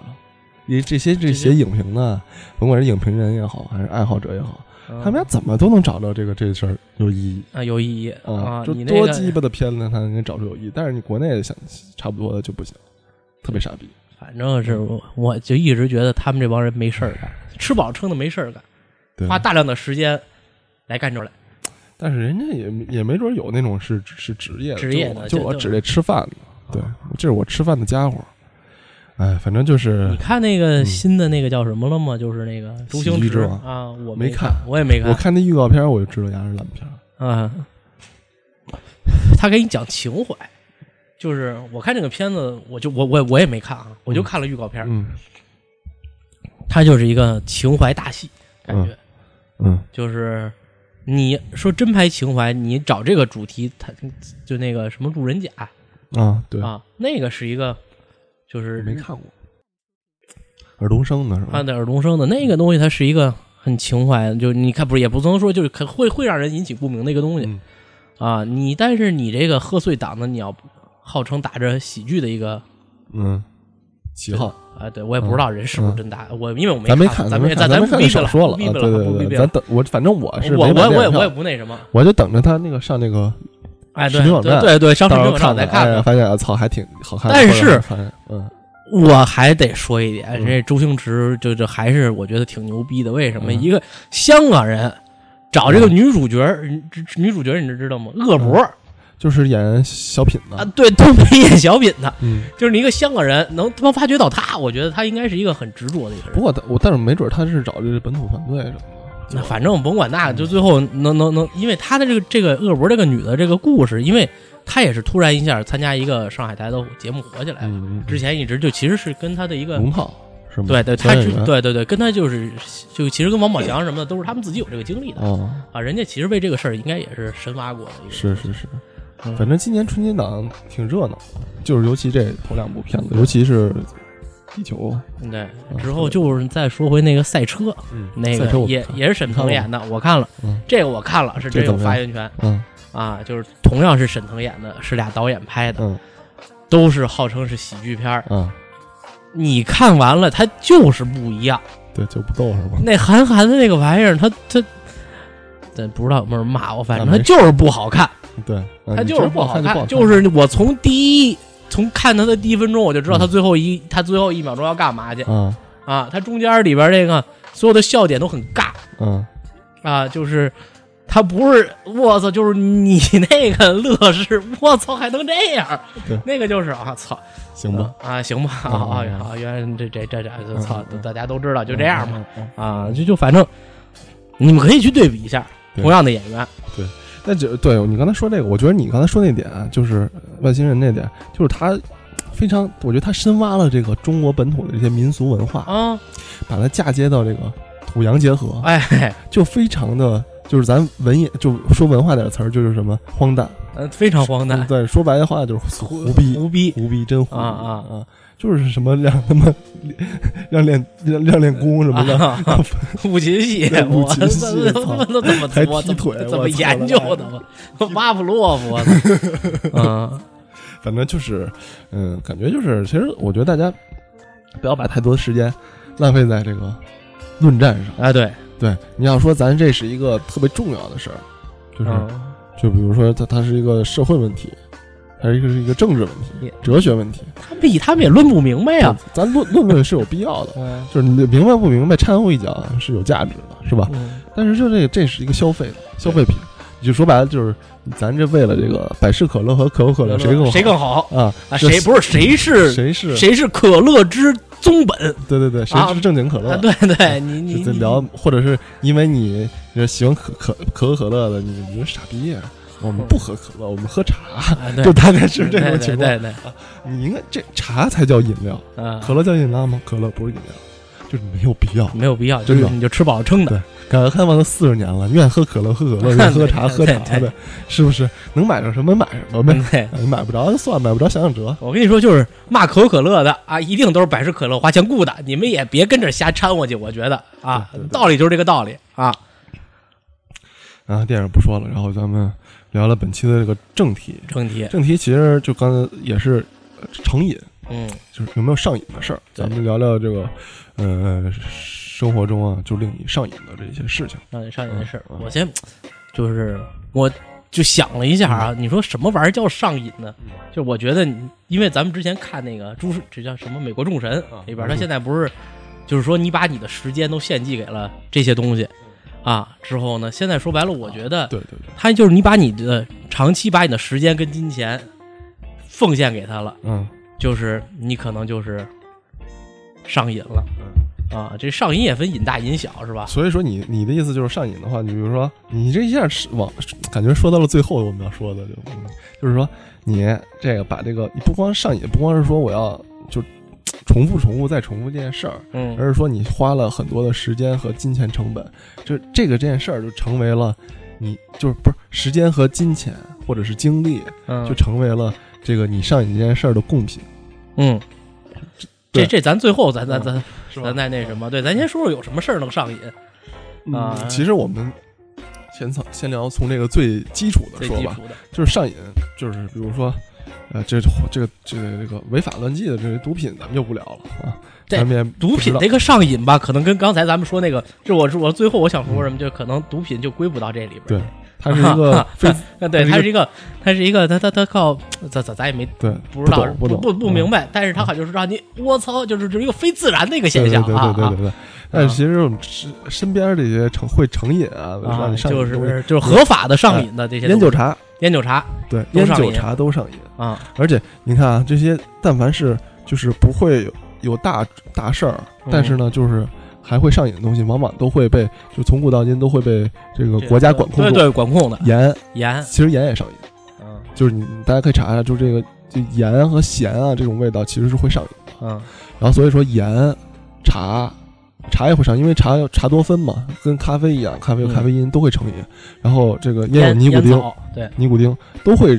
你这些这
些
些影评呢，甭管是影评人也好，还是爱好者也好，
嗯
他们家怎么都能找到这个这事儿有意义
啊有意义
啊！就
你那
多
个
鸡巴的片子，他能给找出有意义，但是你国内想差不多的就不行，特别傻逼。
反正是
嗯
我我就一直觉得他们这帮人没事儿干，吃饱撑的没事儿干，
对
花大量的时间来干这来。
但是人家也也没准有那种是是职业的，
职业的
就
就
我
就
指这吃饭的，对，这是我吃饭的家伙。哎，反正就是
你看那个
嗯
新的那个叫什么了吗？就是那个周星
喜剧之
驰
王
啊，我
没
看
看，
我也没
我看那预告片，我就知道伢是烂片儿。
啊， 他给你讲情怀，就是我看这个片子，我就我我我也没看啊，我就
嗯
看了预告片儿，
嗯
它就是一个情怀大戏，感觉、
嗯
就是你说真拍情怀，你找这个主题，它就那个什么路人甲
啊，对，
啊，那个是一个就是
没看过。尔冬升的是吧
他？的尔冬升的那个东西，它是一个很情怀，就你看不是也不能说就是可会会让人引起共鸣的一个东西、
嗯
啊。你但是你这个贺岁档呢，你要号称打着喜剧的一个
嗯，喜好，
啊，对我也不知道人是不是真打，我因为我没
嗯咱没
看，
看，
咱
没
咱
咱没
不
看
逼
就
逼
少
了，
说了
不
啊。
逼逼
对
了，
对
不逼
对
逼
对，
了
咱。等我反正我是
我
没买
我
电
我也
影票
我也不那什么，
我就等着他那个上那个，
哎，
视
对
频网
对
站
对对，上视
到
频
时候
网
看
站再
看，哎
看吧。
发现啊操还挺好看的。
但
后来
是
发现嗯
我还得说一点，
嗯
这周星驰就这还是我觉得挺牛逼的。为什么？
嗯
一个香港人找这个女主角，
嗯
你知女主角你知道吗？恶魔
就是演小品
啊
的，，
对， 都没演小品的，
嗯。
就是你一个香港人能他妈发掘到他，我觉得他应该是一个很执着的一个人。
不过他我但是没准他是找这本土团队什么
那反正甭管那个，就最后能能能，因为她的这个这个恶魔这个女的这个故事，因为她也是突然一下参加一个上海台的节目火起来
的，
了，
嗯，
之前一直就其实是跟她的一个
龙套是吗？
嗯对对，她
嗯小演
是
员
对对对，跟她就是就其实跟王宝强什么的都是他们自己有这个经历的
哦，
啊，人家其实为这个事儿应该也是深挖过的一个，
是是是，
嗯
反正今年春节档挺热闹的，就是尤其这头两部片
嗯
子，尤其是地球，
对，之后就是再说回那个赛车，
嗯
那
赛车
个
我
也
看
也是沈腾演的，我看了
嗯，
这个我看了是
这
真有
怎么样
发言权
嗯
啊，就是同样是沈腾演的，是俩导演拍的。
嗯
都是号称是喜剧片儿，
嗯，
你看完了它就是不一样。
对，就不逗是吧？
那韩寒的那个玩意儿，它它，咱不知道有没有人骂我，反正
那
它
没
就是不好看，
对，嗯
它
你
就是
觉得不
好
看就不好看，
就是我从第一从看他的第一分钟，我就知道他最后一、他最后一秒钟要干嘛去
嗯
啊！他中间里边这个所有的笑点都很尬
嗯
啊，就是。他不是我操，就是你 那个乐视，我操还能这样儿
对？
那个就是啊操，
行吧，
啊，行吧，啊
嗯
啊
嗯
啊，原来这这这这，
嗯
操，
嗯
大家都知道，就这样嘛，
嗯。嗯嗯
啊，就就反正你们可以去对比一下，
对
同样的演员，
那就对你刚才说这个，我觉得你刚才说那点啊就是外星人那点，就是他非常，我觉得他深挖了这个中国本土的这些民俗文化，
啊，
把它嫁接到这个土洋结合，
哎，
就非常的就是咱文艺就说文化点词儿，就是什么荒诞，
呃非常荒诞，
对，说白的话就是胡胡逼，
无逼，
胡逼真胡逼
啊啊
啊！就是什么让他们 让练让让练功什么的，
啊 五禽戏，
对
我
五禽戏
他
操
妈都怎么
还
我
踢腿
怎
我
么怎么
操
研究的我，巴甫洛夫， 我操啊，
反正就是嗯，感觉就是，其实我觉得大家不要把太多时间浪费在这个论战上。
哎，对，
对，你要说咱这是一个特别重要的事儿，就是、
嗯，
就比如说它它是一个社会问题，它是一个是一个政治问题
也、
哲学问题。
他们也他们也论不明白呀，
咱论论论是有必要的，
嗯
就是你明白不明白，掺和一脚是有价值 的，是吧？
嗯
但是就这个，这是一个消费的消费品，你就说白了就是，咱这为了这个百事可乐和可口可乐谁更好
谁更好
啊？
啊？
这
谁不是谁是
谁是
谁是可乐之宗本？
对对对，谁
啊
是正经可乐？
啊，对对，你你
这
你
聊，或者是因为你呃喜欢可可可口可乐的，你你是傻逼呀、我们不喝可乐，我们喝茶，
啊，对
就，大概是这种情况。
对对对
你应该这茶才叫饮料，
对，啊，嗯
可乐叫饮料吗？可乐不是饮料，就是没有必要。
没有必要，就
真的
是你就吃饱撑的
对，改革开放都四十年了，愿喝可乐喝可 乐，愿喝茶喝
对对嗯
茶呗，是不是？能买着什么买什么呗，
对。
你买不着就算，买不着想想辙。
我跟你说，就是骂可口可乐的啊，一定都是百事可乐花钱雇的，你们也别跟着瞎掺和去。我觉得啊
对对，对
道理就是这个道理啊。
然后啊电影不说了，然后咱们聊了本期的这个正题。
正题，
正题其实就刚才也是呃成瘾，
嗯，
就是有没有上瘾的事儿，
对
咱们聊聊这个，呃，生活中啊，就令你上瘾的这些事情。
让你上瘾的事儿，
嗯嗯
我先就是我就想了一下啊，你说什么玩意儿叫上瘾呢？就我觉得你，因为咱们之前看那个《诸这叫什么《美国众神》里边，
嗯
他现在不是就是说你把你的时间都献祭给了这些东西，啊。之后呢，现在说白了，我觉得
对对对，
他就是你把你的长期把你的时间跟金钱奉献给他了，
嗯，
就是你可能就是上瘾了啊。这上瘾也分瘾大瘾小是吧？
所以说你你的意思就是上瘾的话，你比如说你这一下是往感觉说到了最后我们要说的，就就是说你这个把这个你不光上瘾，不光是说我要就重复重复再重复这件事儿，
嗯，
而是说你花了很多的时间和金钱成本，就这个这件事儿就成为了你就是不是时间和金钱或者是精力
嗯
就成为了这个你上瘾这件事儿的贡品，
嗯，这
对
这咱最后咱咱
嗯
咱
是
咱再那什么，对，咱先说说有什么事儿能上瘾。啊
嗯，其实我们先从先聊从这个最基础的
最
说
基
吧，
础的，
就是上瘾，就是比如说，呃，这这个这个这个违法乱纪的这些毒品，咱们就不聊了啊。
对
咱们也
毒品
不知
这个上瘾吧，可能跟刚才咱们说那个，这我是我最后我想说什么，就可能毒品就归不到这里边。
对道，它是一 个非
啊，对，
它
它
是
是一个，它是一个，它它它靠，咱咱咱也没
对
不知道
懂不懂
不不明
白
白，但是它好像就是让你我操，就是就是一个非自然的一个现象
对
啊
对对对对对。但是其实我们身身边这些成会成瘾啊，
啊
让
啊！
你上瘾
就
的东西
是就是合法的上瘾的这些
烟
东
酒
西
茶，
烟酒茶
对
都
烟
上
酒
瘾
茶都上瘾。
啊，
而且你看啊，这些但凡是就是不会有有大大事儿，
嗯
但是呢，就是。还会上瘾的东西，往往都会被就从古到今都会被这个国家管控
对
住。
对管控的
盐
盐，
其实盐也上瘾，
嗯
就是你大家可以查一下，就是这个就盐和咸啊这种味道其实是会上瘾。
嗯
然后所以说盐、茶、茶也会上瘾，因为茶有茶多酚嘛，跟咖啡一样，咖啡有
嗯
咖啡因都会成瘾。然后这个烟有
烟
尼古
烟
丁，
草对
尼古丁都会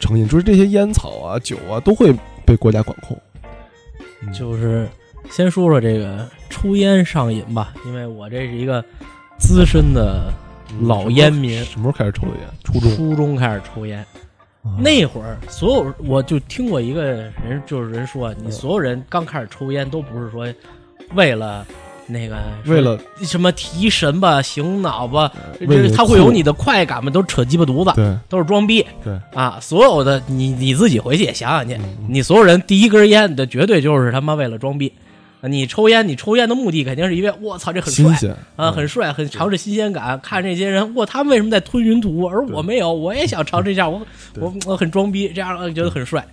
成瘾，就是这些烟草啊、酒啊都会被国家管控。嗯
就是先说说这个抽烟上瘾吧，因为我这是一个资深的老烟民，
什么时候开始抽的烟？初中啊
初中开始抽烟。那会儿，所有我就听过一个人，就是人说，你所有人刚开始抽烟都不是说为了那个
为了
什么提神吧、醒脑吧，
呃为了
这他会有
酷
你的快感嘛，都是扯鸡巴犊子，
对
都是装逼
对，
啊！所有的你你自己回去也想想去，
嗯
你所有人第一根烟的绝对就是他妈为了装逼。你抽烟，你抽烟的目的肯定是因为我操这很
新
帅
鲜嗯
啊，很帅，很尝试新鲜感。看这些人，哇，他们为什么在吞云吐雾，而
对
我没有？我也想尝试一下，我
对
我我很装逼，这样呃觉得很帅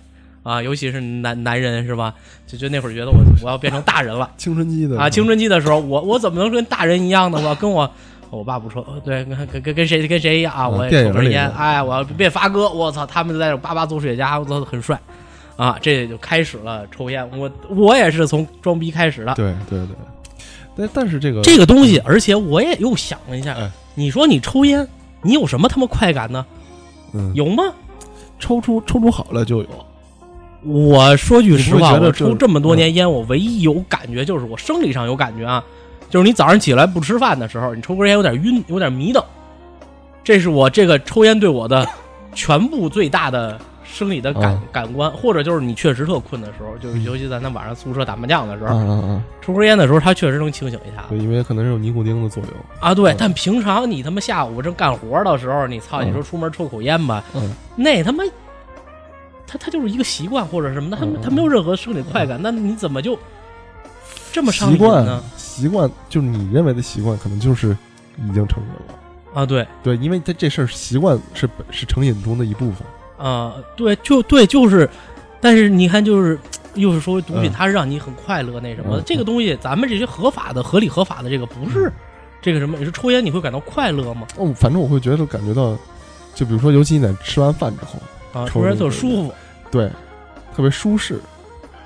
啊，尤其是男男人是吧？就就那会儿觉得我我要变成大人了
青春期的
啊！青春期的时候，我我怎么能跟大人一样呢？我要跟我。我爸不抽，对，跟跟跟跟谁跟谁一样啊？我也
电
抽
影
根
里
烟，
的
哎，我要变发哥，我操，他们在这叭叭做雪茄，我操，很帅，啊，这就开始了抽烟。我我也是从装逼开始的，
对对对，但但是这个
这个东西，而且我也又想了一下，
哎
你说你抽烟，你有什么他妈快感呢？
嗯
有吗？
抽出抽出好了就有。
我说句实话，
你不会觉得这嗯
我抽这么多年烟，我唯一有感觉就是我生理上有感觉啊，就是你早上起来不吃饭的时候，你抽根烟有点晕，有点迷瞪，这是我这个抽烟对我 的全部最大的生理的感、
啊
感官，或者就是你确实特困的时候，
嗯
就是尤其咱那晚上宿舍打麻将的时
啊
候，
啊啊！
抽根烟的时候，它确实能清醒一下。
对，因为可能是有尼古丁的作用。
啊，对
嗯，
但平常你他妈下午正干活的时候，你操，你说出门抽口烟吧，
嗯
那他妈，他他就是一个习惯或者什么的，他
嗯嗯
他没有任何生理快感，那你怎么就这么上
习
瘾呢
惯？习惯就是你认为的习惯，可能就是已经成瘾了。
啊，对，
对，因为它这事儿习惯是本是成瘾中的一部分。
啊，对，就对，就是，但是你看，就是又是说毒品，
嗯
它是让你很快乐那什么的，
嗯
这个东西，咱们这些合法的、合理合法的这个不是这个什么，你说抽烟你会感到快乐吗？
哦，反正我会觉得感觉到，就比如说，尤其你在吃完饭之后，
啊，
抽
抽烟
烟
特
会
舒服，
对，特别舒适。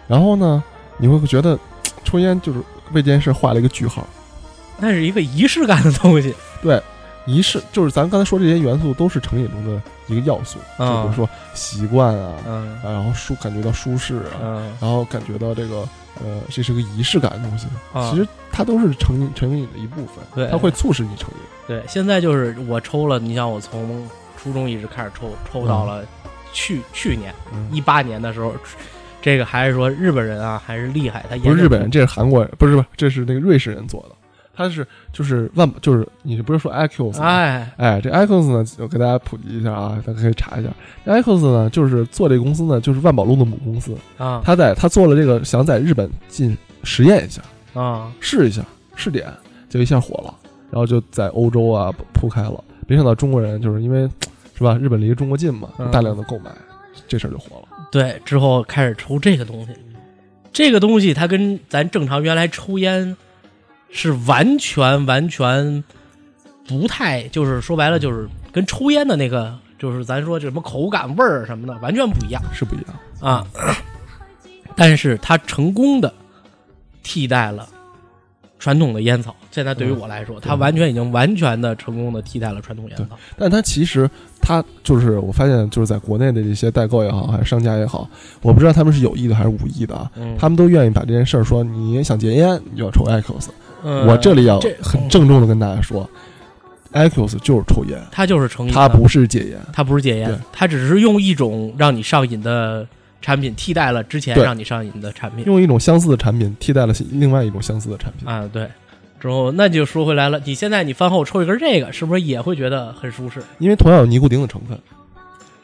然后呢，你会觉得抽烟就是为这件事画了一个句号。
那是一个仪式感的东西。
仪式就是咱刚才说这些元素都是成瘾中的一个要素，就比
啊
如说习惯啊，
嗯
啊然后舒感觉到舒适啊，
嗯。
然后感觉到这个呃，这是个仪式感的东西。
啊
其实它都是成瘾成瘾的一部分，
对
它会促使你成瘾。
对，现在就是我抽了，你像我从初中一直开始抽，抽到了去、去年
嗯，
一八年的时候，这个还是说日本人啊，还是厉害，他
不
研
是
究
日本人，这是韩国人，不是不是，这是那个瑞士人做的。他是就是万就是你不是说 iQOS 吗？
哎，
哎，这 iQOS 呢，我给大家普及一下啊，大家可以查一下。这 iQOS 呢，就是做这个公司呢，就是万宝路的母公司。
啊
他在他做了这个，想在日本进实验一下，
啊
试一下，试点，结果一下火了。然后就在欧洲啊铺开了。没想到中国人就是因为是吧，日本离中国近嘛
嗯，
大量的购买，这事儿就火了。
对，之后开始抽这个东西，这个东西它跟咱正常原来抽烟是完全完全不太，就是说白了就是跟抽烟的那个，就是咱说这什么口感、味儿什么的完全不一样
是不一样。
啊。但是它成功的替代了传统的烟草，现在对于
嗯
我来说，它完全已经完全的成功的替代了传统烟草。
但它其实它就是我发现就是在国内的这些代购也好，还是商家也好，我不知道他们是有意的还是无意的啊。
嗯，
他们都愿意把这件事儿说，你想戒烟，你就要抽 IQOS。
嗯
我这里要
这
很郑重的跟大家说，IQOS 就是抽烟，
它嗯就是成瘾的，
它不是戒烟。
它不是戒
对
烟，它只是用一种让你上瘾的产品替代了之前
对
让你上瘾的产品
用一种相似的产品替代了另外一种相似的产品，
啊。对，之后那就说回来了，你现在你饭后抽一根这个，是不是也会觉得很舒适？
因为同样有尼古丁的成分。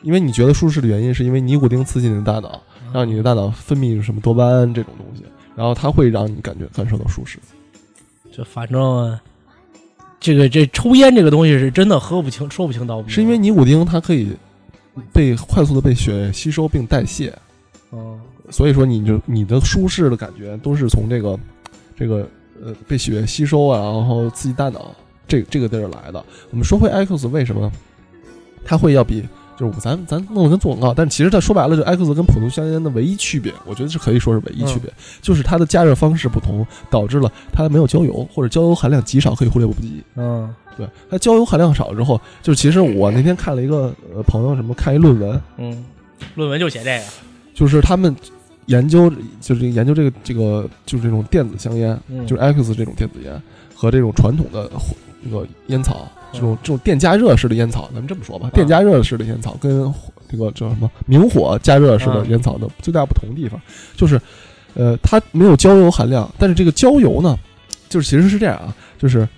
因为你觉得舒适的原因，是因为尼古丁刺激你的大脑，让你的大脑分泌什么多巴胺这种东西，然后它会让你感觉感受到舒适。
就反正这个这抽烟这个东西是真的喝不清说不清道不明，
是因为尼古丁它可以被快速的被血液吸收并代谢，
嗯
所以说你就你的舒适的感觉都是从这个这个呃被血液吸收啊，然后刺激大脑这这个地儿来的。我们说回 IQOS 为什么它会要比就是咱咱弄得跟做广告，但其实它说白了，就 IQOS 跟普通香烟的唯一区别，我觉得是可以说是唯一区别，就是它的加热方式不同，导致了它没有焦油或者焦油含量极少，可以忽略不计。
嗯
对，它焦油含量少之后，就是其实我那天看了一个呃朋友什么看一论文，
嗯，论文就写这个，
就是他们研究就是研究这个这个就是这种电子香烟，
嗯
就是 X 这种电子烟和这种传统的火那个烟草，这种这种电加热式的烟草，咱们这么说
嗯
吧，电加热式的烟草跟火这个叫什么明火加热式的
嗯
烟草的最大不同地方就是，呃，它没有焦油含量，但是这个焦油呢，就是其实是这样啊，就是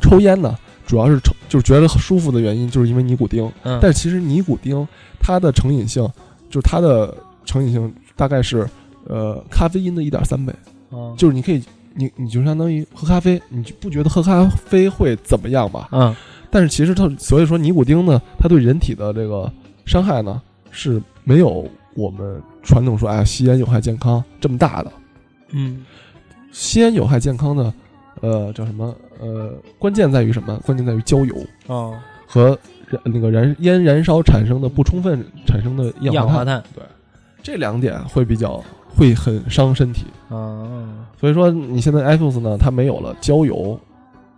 抽烟呢。主要是抽，就是觉得舒服的原因，就是因为尼古丁。
嗯，
但其实尼古丁它的成瘾性，就是它的成瘾性大概是呃咖啡因的一点三倍，
嗯
就是你可以你你就相当于喝咖啡，你就不觉得喝咖啡会怎么样吧？
嗯
但是其实它所以说尼古丁呢，它对人体的这个伤害呢是没有我们传统说哎呀吸烟有害健康这么大的，
嗯
吸烟有害健康的呃叫什么呃关键在于什么？关键在于焦油。
哦，
和燃那个燃烟燃烧产生的不充分产生的一
一
氧
氧
化
化
碳，
碳，
这两点会比较会很伤身体。
嗯
所以说你现在 iPhone 呢，它没有了焦油，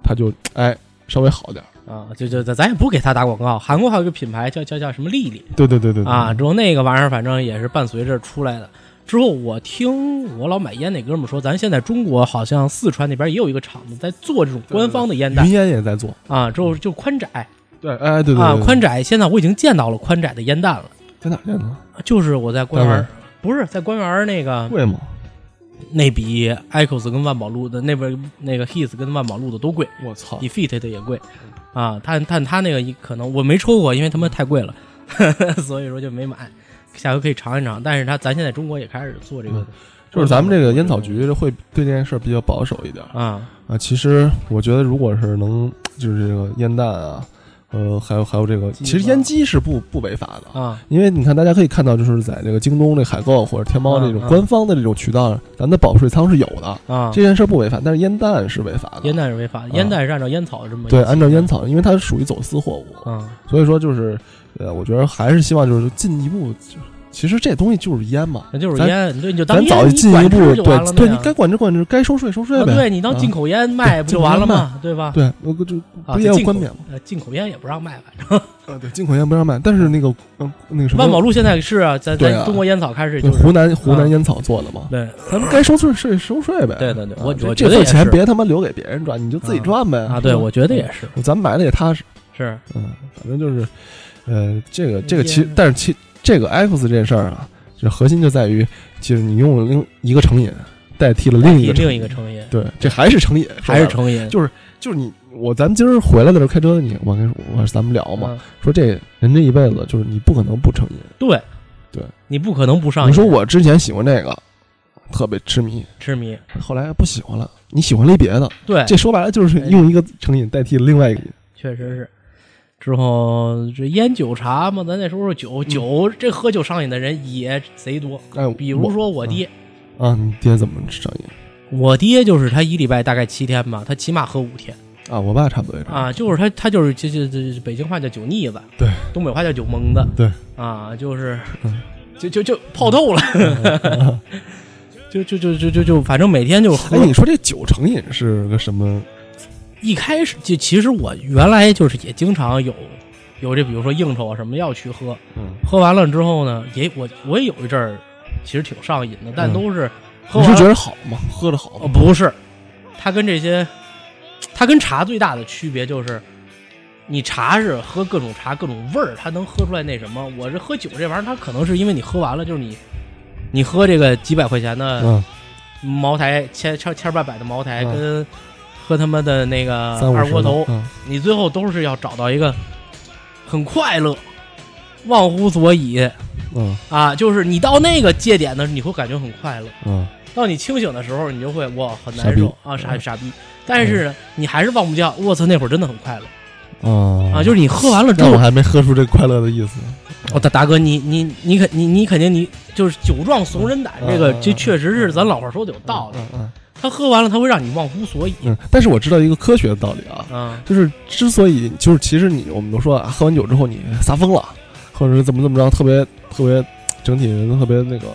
它就哎稍微好点儿。
啊，就就咱咱也不给他打广告，韩国还有一个品牌叫叫叫什么丽丽。
对对对对对
啊，之后那个玩意儿反正也是伴随着出来的。之后我听我老买烟那哥们儿说，咱现在中国好像四川那边也有一个厂子在做这种官方的烟
云
弹
烟也在做。
啊，之后就宽窄
对，哎嗯对对对
啊，
对
宽窄现在我已经见到了宽窄的烟弹了，
在哪儿见的？
就是我在官
单
园
位
儿，不是在官园儿那个
贵吗？
那比 Icos 跟万宝路的那边那个 His 跟万宝路的都贵
我操！
，Defeat 的也贵啊，但但他那个可能我没抽过，因为他妈太贵了， 所以说就没买。下回可以尝一尝，但是他咱现在中国也开始做这个
嗯，就是咱们这个烟草局会对这件事儿比较保守一点儿
啊，
啊。其实我觉得，如果是能，就是这个烟弹啊，呃，还有还有这个，
鸡
其实
吧
烟机是不不违法的
啊，
因为你看，大家可以看到，就是在这个京东、这海购或者天猫这种
嗯嗯
官方的这种渠道，咱们的保税仓是有的，
啊
这件事儿不违法，但是烟弹是违法的。
烟弹是违法，烟弹是按照烟草这么
对，按照烟草，因为它是属于走私货物，
啊，
所以说就是，呃，我觉得还是希望就是进一步，就是其实这东西就是烟嘛，
那就是
咱
烟，对，你就当
咱
烟
早进一步
你管制，就完了
对对，
呗
你该管制管制，该收税收税
啊
呗。
对你当进口烟卖
对
不就完了吗？对吧？
对，我就
啊
不也有
进口
冠冕吗？
呃，进口烟也不让卖，反正
呃，对，进口烟不让卖，但是那个嗯那个什么
万宝路现在是啊，咱
对啊
咱中国烟草开始
对
就是
湖南湖
啊
南烟草做的嘛，
对，
咱们该收税税收税呗。
对对对
啊
我
这
我觉
这
得
份
也
钱
是
别他妈留给别人赚，你就自己赚呗。
啊，对，我觉得也是，
咱们买的也踏实。
是
嗯，反正就是，呃，这个这个
烟
其，但是其这个 X 这件事儿啊，就是核心就在于，就是你用了另一个成瘾代替了另一个
另
瘾
一个成瘾，
对，这还是成瘾，
还
说白
是
了
成瘾，
就是你我咱们今儿回来的时候开车，你我跟我咱们聊嘛，
啊
说这人这一辈子就是你不可能不成瘾。
对
对，
你不可能不上瘾，
你说我之前喜欢这个，特别痴迷，
痴迷，
后来不喜欢了，你喜欢了一别的，
对，
这说白了
哎
就是用一个成瘾代替另外一个瘾。
确实是。之后这烟酒茶嘛，咱再说说
嗯
酒，酒这喝酒上瘾的人也贼多。
哎，
比如说我爹，
我啊，你爹怎么上瘾
我爹就是他一礼拜大概七天吧，他起码喝五天
啊？我爸差不多也这 样。
啊，就是他他就是这这这北京话叫酒腻子，
对，
东北话叫酒蒙子，
对
啊，就是
嗯
就就就泡透了，就就就就就就反正每天就喝
哎，。你说这酒成瘾是个什么？
一开始就其实我原来就是也经常有有这，比如说应酬啊什么要去喝，
嗯，
喝完了之后呢，也我我也有一阵儿其实挺上瘾的，但
嗯
都是喝
你
完
是
了
觉得好吗？喝的好
哦，
吗？
不是，它跟这些，它跟茶最大的区别就是，你茶是喝各种茶各种味儿，它能喝出来那什么。我这喝酒这玩意儿，它可能是因为你喝完了，就是你，你喝这个几百块钱的
嗯，
茅台，千千千八百的茅台，
嗯
跟喝他妈的那个
三五
二
十
锅
的
头，
嗯
你最后都是要找到一个很快乐、忘乎所以
嗯
啊，就是你到那个界点的时候，你会感觉很快乐。
嗯，
到你清醒的时候，你就会哇很
傻
难
逼嗯
受啊，傻傻逼。但是呢，你还是忘不掉，我操，那会儿真的很快乐
啊
啊！就是你喝完了之
但我
后，
还没喝出这快乐的意思。
哦，大大哥，你你你肯你你肯定你就是酒壮怂人胆，
嗯
这个
嗯
这
嗯
确实是咱老话说的有道理。
嗯嗯
他喝完了，他会让你忘乎所以
嗯，但是我知道一个科学的道理啊，
啊，
就是之所以就是其实你我们都说啊，喝完酒之后你撒疯了，或者是怎么怎么着，特别特别整体人特别那个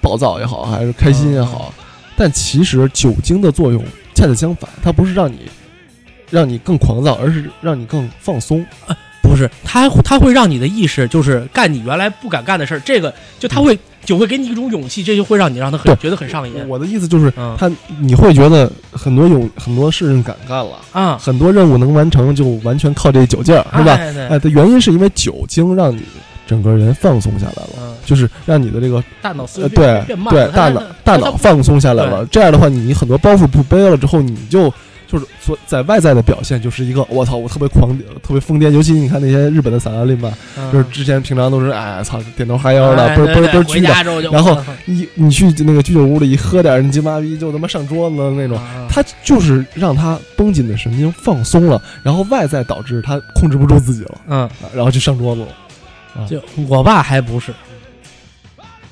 暴躁也好，还是开心也好，
嗯
但其实酒精的作用恰恰相反，它不是让你让你更狂躁，而是让你更放松。
不是他他会让你的意识就是干你原来不敢干的事儿，这个就他会就会给你一种勇气，这就会让你让他很
嗯对
觉得很上瘾
我的意思就是，
嗯
它你会觉得很多有很多事情敢干了，
啊，
很多任务能完成，就完全靠这酒劲儿，是吧？
哎？对
哎，的原因是因为酒精让你整个人放松下来了，
嗯，
就是让你的这个
大脑思
呃
维
对
变慢了，
对大
他
脑
他
大
他
脑放松下来了。这样的话，你很多包袱不背了之后，你就就是所在外在的表现就是一个我操，我特别狂，特别疯癫。尤其你看那些日本的萨拉林吧，
嗯
就是之前平常都是哎操点头哈腰的，
哎
嘣嘣
对对
嘣
回
举的。
家之后就
然后
嗯
一你去那个居酒屋里一喝点儿，你鸡巴逼就他妈上桌子了那种。
啊
他就是让他绷紧的神经放松了，然后外在导致他控制不住自己了，
嗯，
啊然后就上桌子了。
就我爸还不是，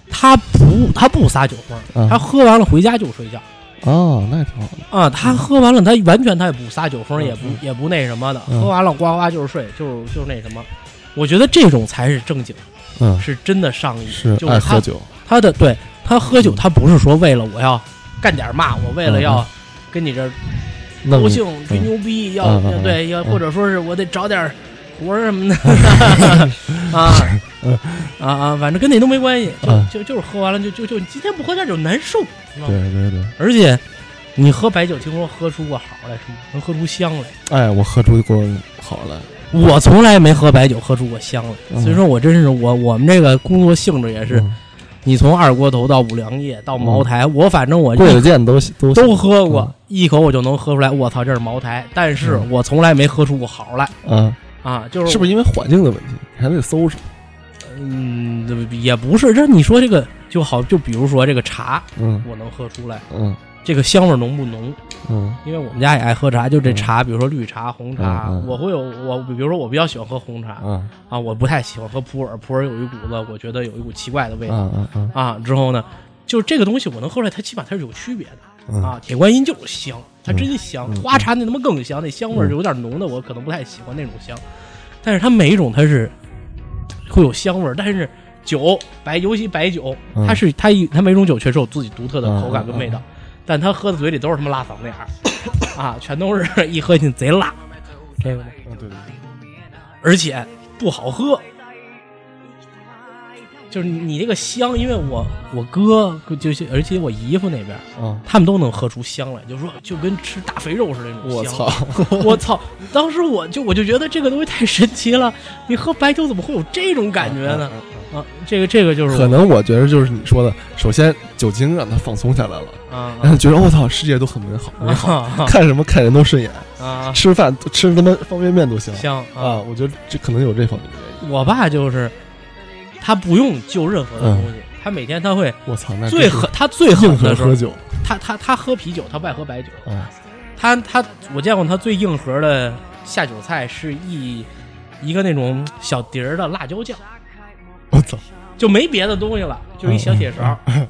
他不他不撒酒疯儿，
啊
他喝完了回家就睡觉
哦，那也挺好的。
啊。他喝完了，他完全他也不撒酒疯儿，
嗯
也不也不那什么的，
嗯
喝完了呱呱就是睡，就是就是那什么。我觉得这种才是正经，
嗯，
是真的上瘾，
是
就是
爱喝
他
酒，
他的对他喝酒，他不是说为了我要干点嘛，我为了要跟你这儿
弄
高
你
兴吹牛逼，要
嗯嗯嗯
对要
嗯
或者说是我得找点活儿什么的啊
嗯
啊啊，反正跟那都没关系，
嗯
就就就是喝完了就就就今天不喝点酒难受，是吧
对对对，
而且你喝白酒，听说喝出个好来是吗？能喝出香来。
哎，我喝出一锅好来，
我从来没喝白酒喝出过香来，
嗯
所以说我真是我我们这个工作性质也是，
嗯
你从二锅头到五粮液到茅台，我反正我一
贵的贱的都都
都喝过，一口我就能喝出来，我操，这是茅台。但是
嗯
我从来没喝出过好来
啊，
啊，就是
是不是因为环境的问题？还得搜查。
嗯，也不是。这你说这个就好，就比如说这个茶，
嗯
我能喝出来
嗯
这个香味浓不浓，
嗯
因为我们家也爱喝茶，就这茶，比如说绿茶、红茶，
嗯嗯
我会有我，比如说我比较喜欢喝红茶
啊
啊，我不太喜欢喝普洱，普洱有一股子我觉得有一股奇怪的味
啊
道
啊
啊。之后呢，就是这个东西我能喝出来，它起码它是有区别的。
啊
啊，铁观音就是香，它真香
嗯。嗯
花茶那他妈更香，那香味儿
嗯
有点浓的，我可能不太喜欢那种香。但是它每一种它是会有香味儿，但是酒白，尤其白酒，
嗯
它是它一它每种酒确实有自己独特的
嗯
口感跟
嗯
味道，但它喝的嘴里都是他妈辣嗓子眼儿 啊，全都是一喝进去贼辣，这个
啊！对对
而且不好喝。就是你你这个香，因为我我哥就是，而且我姨夫那边，
对啊！
他们都能喝出香来，就是说就跟吃大肥肉似的那
我
种
操
香。！我操！当时我就我就觉得这个东西太神奇了，你喝白酒怎么会有这种感觉呢？啊，这个这个就 是
嗯可
我
能我觉得就是你说的，首先酒精让他放松下来了，
啊
然后觉得我操，世界都很美好，美好，
啊
看什么看人都顺眼，
啊啊
吃饭吃他妈方便面都行
香
啊！！我觉得这可能有这方面的原因。
我爸就是他不用就任何的东西，他每天他会
嗯我操，那
最
狠
狠，他最狠
硬
的
核
时
喝
候，
酒，
他他他喝啤酒，他不爱喝白酒。
啊，
他他我见过他最硬核的下酒菜是一一个那种小碟儿的辣椒酱，
我操，
就没别的东西了，就是一小铁勺，
嗯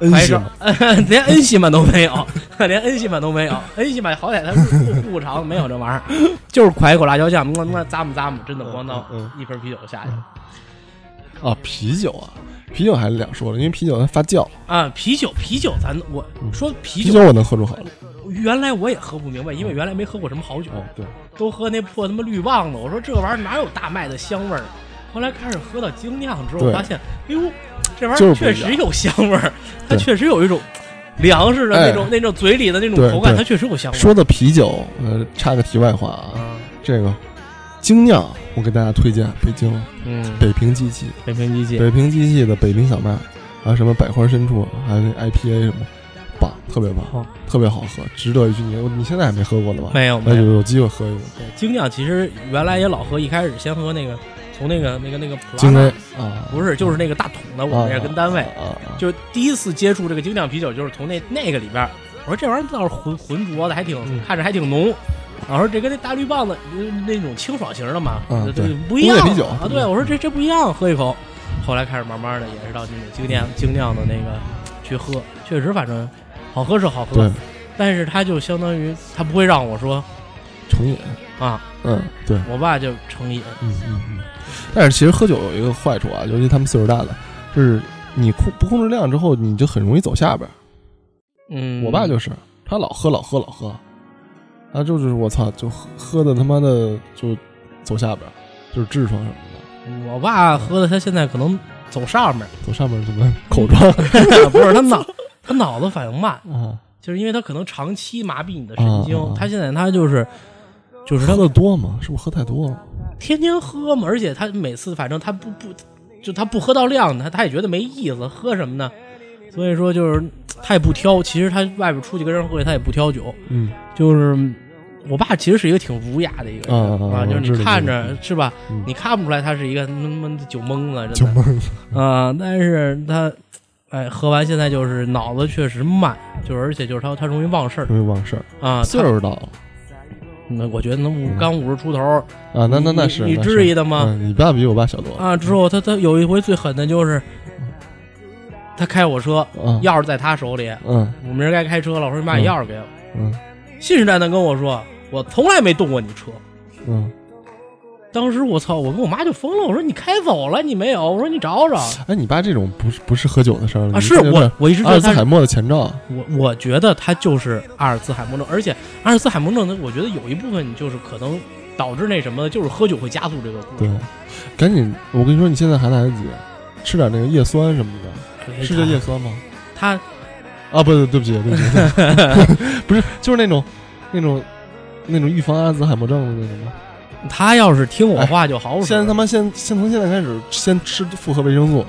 恩
怀
师
着， 连恩西满都没有，连恩西满都没有，恩西满好歹它入入肠没有这玩意儿， 就是㧟一口辣椒酱，么么咂摸咂摸，真的咣当
嗯嗯
一瓶啤酒下去了
啊，啤酒啊，啤酒还是两说了，因为啤酒它发酵，
啊！啤酒啤酒，咱我说啤
嗯啤
酒
酒，我能喝出好来。
原来我也喝不明白，因为原来没喝过什么好酒，
哦，对，
都喝那破他妈绿棒子，我说这玩意儿哪有大麦的香味儿？后来开始喝到精酿之后，
对
发现，哎呦，这玩意
就
儿
是不一
确
样
实有香味儿，它
对
确实有一种粮食的
哎
那种、那种嘴里的那种
对
口感，
对
它确实有香味儿。
说到啤酒，呃，插个题外话啊，
啊，
这个精酿，我给大家推荐北京
嗯，
北平机器，
北平机器，
北平机器的北平小麦，还有什么百花深处，还有那 IPA 什么，棒，特别棒，
哦
特别好喝，值得一去。你你现在还没喝过呢吧？
没有没
那
有
就，有机会喝一个
对精酿其实原来也老喝，一开始先喝那个，从那个那个那个普拉
精
纳
威，啊，
不是，就是那个大桶的，我们也跟单位，
啊，啊
就第一次接触这个精酿啤酒，就是从那那个里边儿，我说这玩意儿倒是浑浑浊的，还挺、
嗯
看着还挺浓。然后这跟那大绿棒子嗯那种清爽型的嘛，
嗯
这
对
这不一样
工业啤酒
啊！对，我说这这不一样，喝一口。后来开始慢慢的也是到那种精酿精酿的那个去喝，确实反正好喝是好喝
对，
但是它就相当于它不会让我说
成瘾
啊，
嗯，对，
我爸就成瘾，
嗯嗯嗯。但是其实喝酒有一个坏处啊，尤其他们岁数大了，就是你控不控制量之后，你就很容易走下边儿。
嗯，
我爸就是，他老喝老喝老喝，他就是我操，就喝喝的他妈的就走下边儿，就是痔疮什么的，
我爸喝的，他现在可能走上面，
走上面什 么口疮
不是他脑 他脑子反应慢，
啊，
就是因为他可能长期麻痹你的神经，
啊啊啊
他现在他就是就是他
喝的多吗？是不是喝太多了？
天天喝嘛，而且他每次反正他不不就他不喝到量，他他也觉得没意思，喝什么呢？所以说就是他也不挑，其实他外边出去跟人喝去，他也不挑酒，
嗯，
就是。我爸其实是一个挺儒雅的一个人
啊啊啊
就是
我知
你
道
看
知道
着是吧
嗯？
你看不出来他是一个他妈的酒蒙子，真
就
的
闷
啊、但是他，哎，喝完现在就是脑子确实慢，就是而且就是他他容易忘事儿
容易忘事儿，
啊。
岁
他
数大了
那我觉得那五
嗯
刚五十出头
啊，那那那
你
是
你
那
至
是
于的吗
嗯你爸比我爸小多了
啊，之后他他有一回最狠的就是，他开我车，
啊，
钥匙在他手里，
嗯
我明儿该开车了，我说你把你钥匙给我，
嗯
信誓旦旦跟我说，我从来没动过你车。
嗯，
当时我操，我跟我妈就疯了，我说你开走了，你没有，我说你找找
哎，你爸这种不是不是喝酒的事儿了
啊，
你
是
这有点
我我一直觉
阿尔
得
兹
他是
海默的前兆，
我我觉得他就是阿尔兹海默症，而且阿尔兹海默症呢，我觉得有一部分就是可能导致那什么，就是喝酒会加速这个过
对
程。，
赶紧，我跟你说，你现在还来得及，吃点那个叶酸什么的，
对
是叫叶酸吗？
他
啊，不对，对不起，对不起，对不起 不是，就是那种，那种，那种预防阿兹海默症的那种吗？
他要是听我话就好使。
先他妈先先哎从现在开始，先吃复合维生素，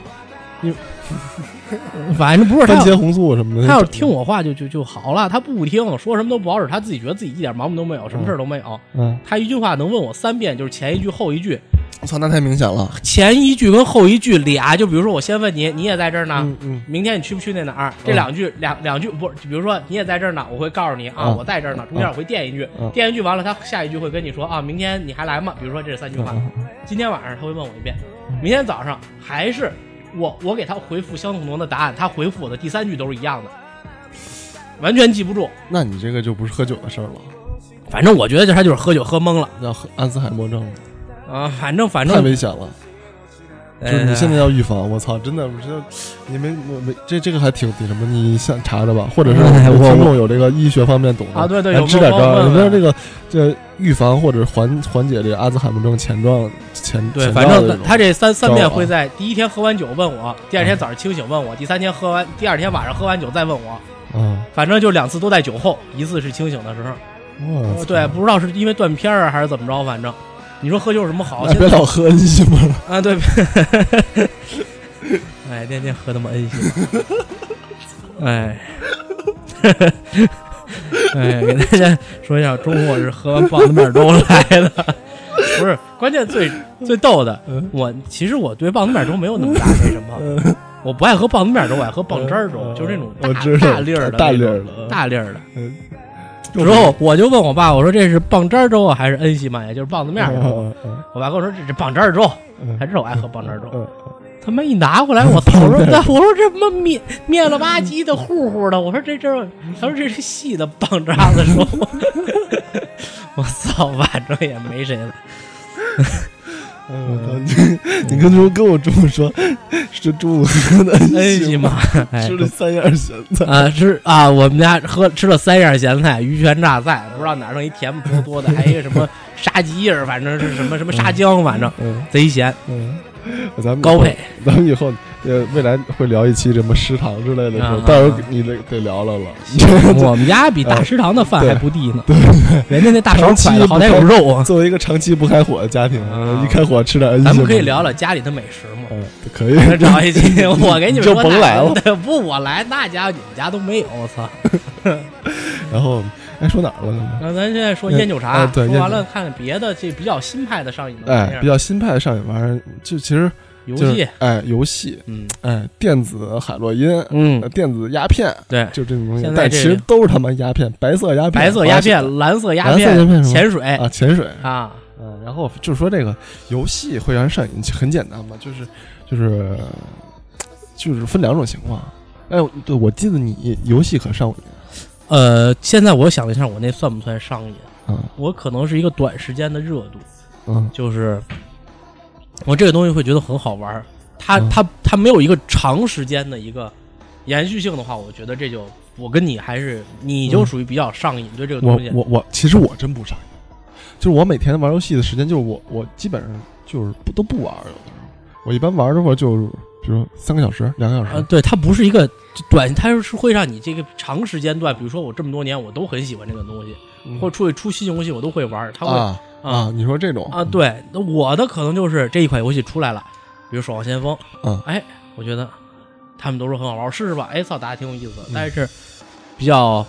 反正不是
番
他要
茄红素什么的。
他要是听，我话就就就好了，他不听，说什么都不好使，他自己觉得自己一点毛病都没有，什么事儿都没有。
嗯，
他一句话能问我三遍，就是前一句后一句，
我操，那太明显了。
前一句跟后一句俩，就比如说我先问你，你也在这儿呢。
嗯嗯，
明天你去不去那哪儿？这
嗯
两句，两两句不是，就比如说你也在这儿呢，我会告诉你啊，
嗯
我在这儿呢。中间我会垫一句
嗯，
垫一句完了，他下一句会跟你说啊，明天你还来吗？比如说这是三句话，
嗯嗯
今天晚上他会问我一遍
嗯，
明天早上还是我我给他回复相同的答案，他回复我的第三句都是一样的，完全记不住。
那你这个就不是喝酒的事儿了，
反正我觉得就他就是喝酒喝懵了
要喝阿兹海默症了，
啊，反正反
太
正哎
危险了。就是你现在要预防，我操，真的，我这你没没没这这个还挺那什么，你想查查吧，或者是
哎我
听众有这个医学方面懂的
啊对对
来
有
支点
帮
招，
帮
有没有
问
这个这预防或者缓缓解这个阿兹海默症前状前
对，
前
反
兆的
正
这种
他这三三遍
招啊
会在第一天喝完酒问我，第二天早上清醒问我，第三天喝完，第二天晚上喝完酒再问我。
啊，
反正就两次都在酒后，一次是清醒的时候。
我
呃
操
对，，不知道是因为断片儿啊还是怎么着，反正你说喝酒有什 么好？
哎
现
别
在
老喝恩西嘛，
啊，对， 哎，天天喝他妈 恩西，哎， 哎，给大家说一下，中午我是喝完棒子面粥来的， 不
嗯
是，关键最最逗的，我其实我对棒子面粥没有那么大那什么，我不爱喝棒子面粥，我爱喝棒汁儿粥，
嗯
就是那种
我
大
知道
大粒儿的
大
那
粒
种
儿的
大粒儿的。
嗯，
之后我就问我爸，我说这是棒汁儿粥啊，还是恩熙玛呀？就是棒子面儿粥。
嗯嗯
我爸跟我说这是棒汁儿粥，
嗯
还知道我爱喝棒汁儿粥。
嗯
他妈一拿过 来，我操！我说我说这他妈面面了吧唧的糊糊的，我说这这，他说这是细的棒渣子 粥。我操，反正也没谁 了。
嗯，我操你你跟猪跟我这么说，是猪喝的
恩熙
行
玛
吗？，
哎
吃了三样咸菜，
啊，吃啊，我们家喝吃了三样咸菜，鱼泉榨菜，不知道哪弄一甜不多多的，还有一个什么沙棘叶儿，反正是什么什么沙姜，反正
嗯
贼咸，
嗯，咱们
高配。
咱们以后呃，未来会聊一期什么食堂之类的事
啊
儿
啊，
到时
啊
候你得得聊聊了。
我们家比大食堂的饭还不低呢，人家那大勺
长期
蒯的好歹有
不
肉啊。
作为一个长期不开火的家庭
啊，
一开火吃点恩
咱们
情
可以
吧
聊，聊家里的美食嘛。
嗯，可以。
咱 找一 期，我给你们
就
说
甭
那
来了
对不，我来那家你们家都没有，我操！
然后，哎，说哪儿 了？
那咱现在说烟酒茶，
嗯对
说完了
烟
看看别的，这比较新派的上瘾的玩意
哎，
儿
比，较新派的上瘾玩意儿，就其实
游
就是
戏，
哎，游戏，
嗯
哎，电子海洛因，呃
嗯，
电子鸦片，
对，
就这种东西
现，在
但
这
其
个
实都是他妈鸦片，白色鸦片，
白色鸦片、蓝色鸦
蓝色鸦片
片、
是吗
潜水
啊，潜水，
啊，
嗯，然后就是说这个游戏会让人上瘾，很简单嘛，就是就是就是分两种情况。哎，对，我记得你游戏可上瘾
呃，现在我想了一下，我那算不算上瘾？
啊，
我可能是一个短时间的热度，
嗯
就是我这个东西会觉得很好玩儿，它
嗯
它它没有一个长时间的一个延续性的话，我觉得这就我跟你还是你就
嗯
属于比较上瘾对这个
我
东西。
我我，其实我真不上瘾，就是我每天玩游戏的时间，就是我我基本上就是不都不玩儿，有的时候我一般玩儿的话就是比如说三个小时、两个小
呃，
时，
对，它不是一个短，它是会让你这个长时间段，比如说我这么多年我都很喜欢这个东西，
嗯
或者出去出新游戏我都会玩儿，它会
啊
啊
啊，你说这种
啊，对，那我的可能就是这一款游戏出来了，比如《守望先锋》，
嗯
哎，我觉得他们都说很好玩，我试试吧，哎，操，打的挺有意
嗯
思的，但是比较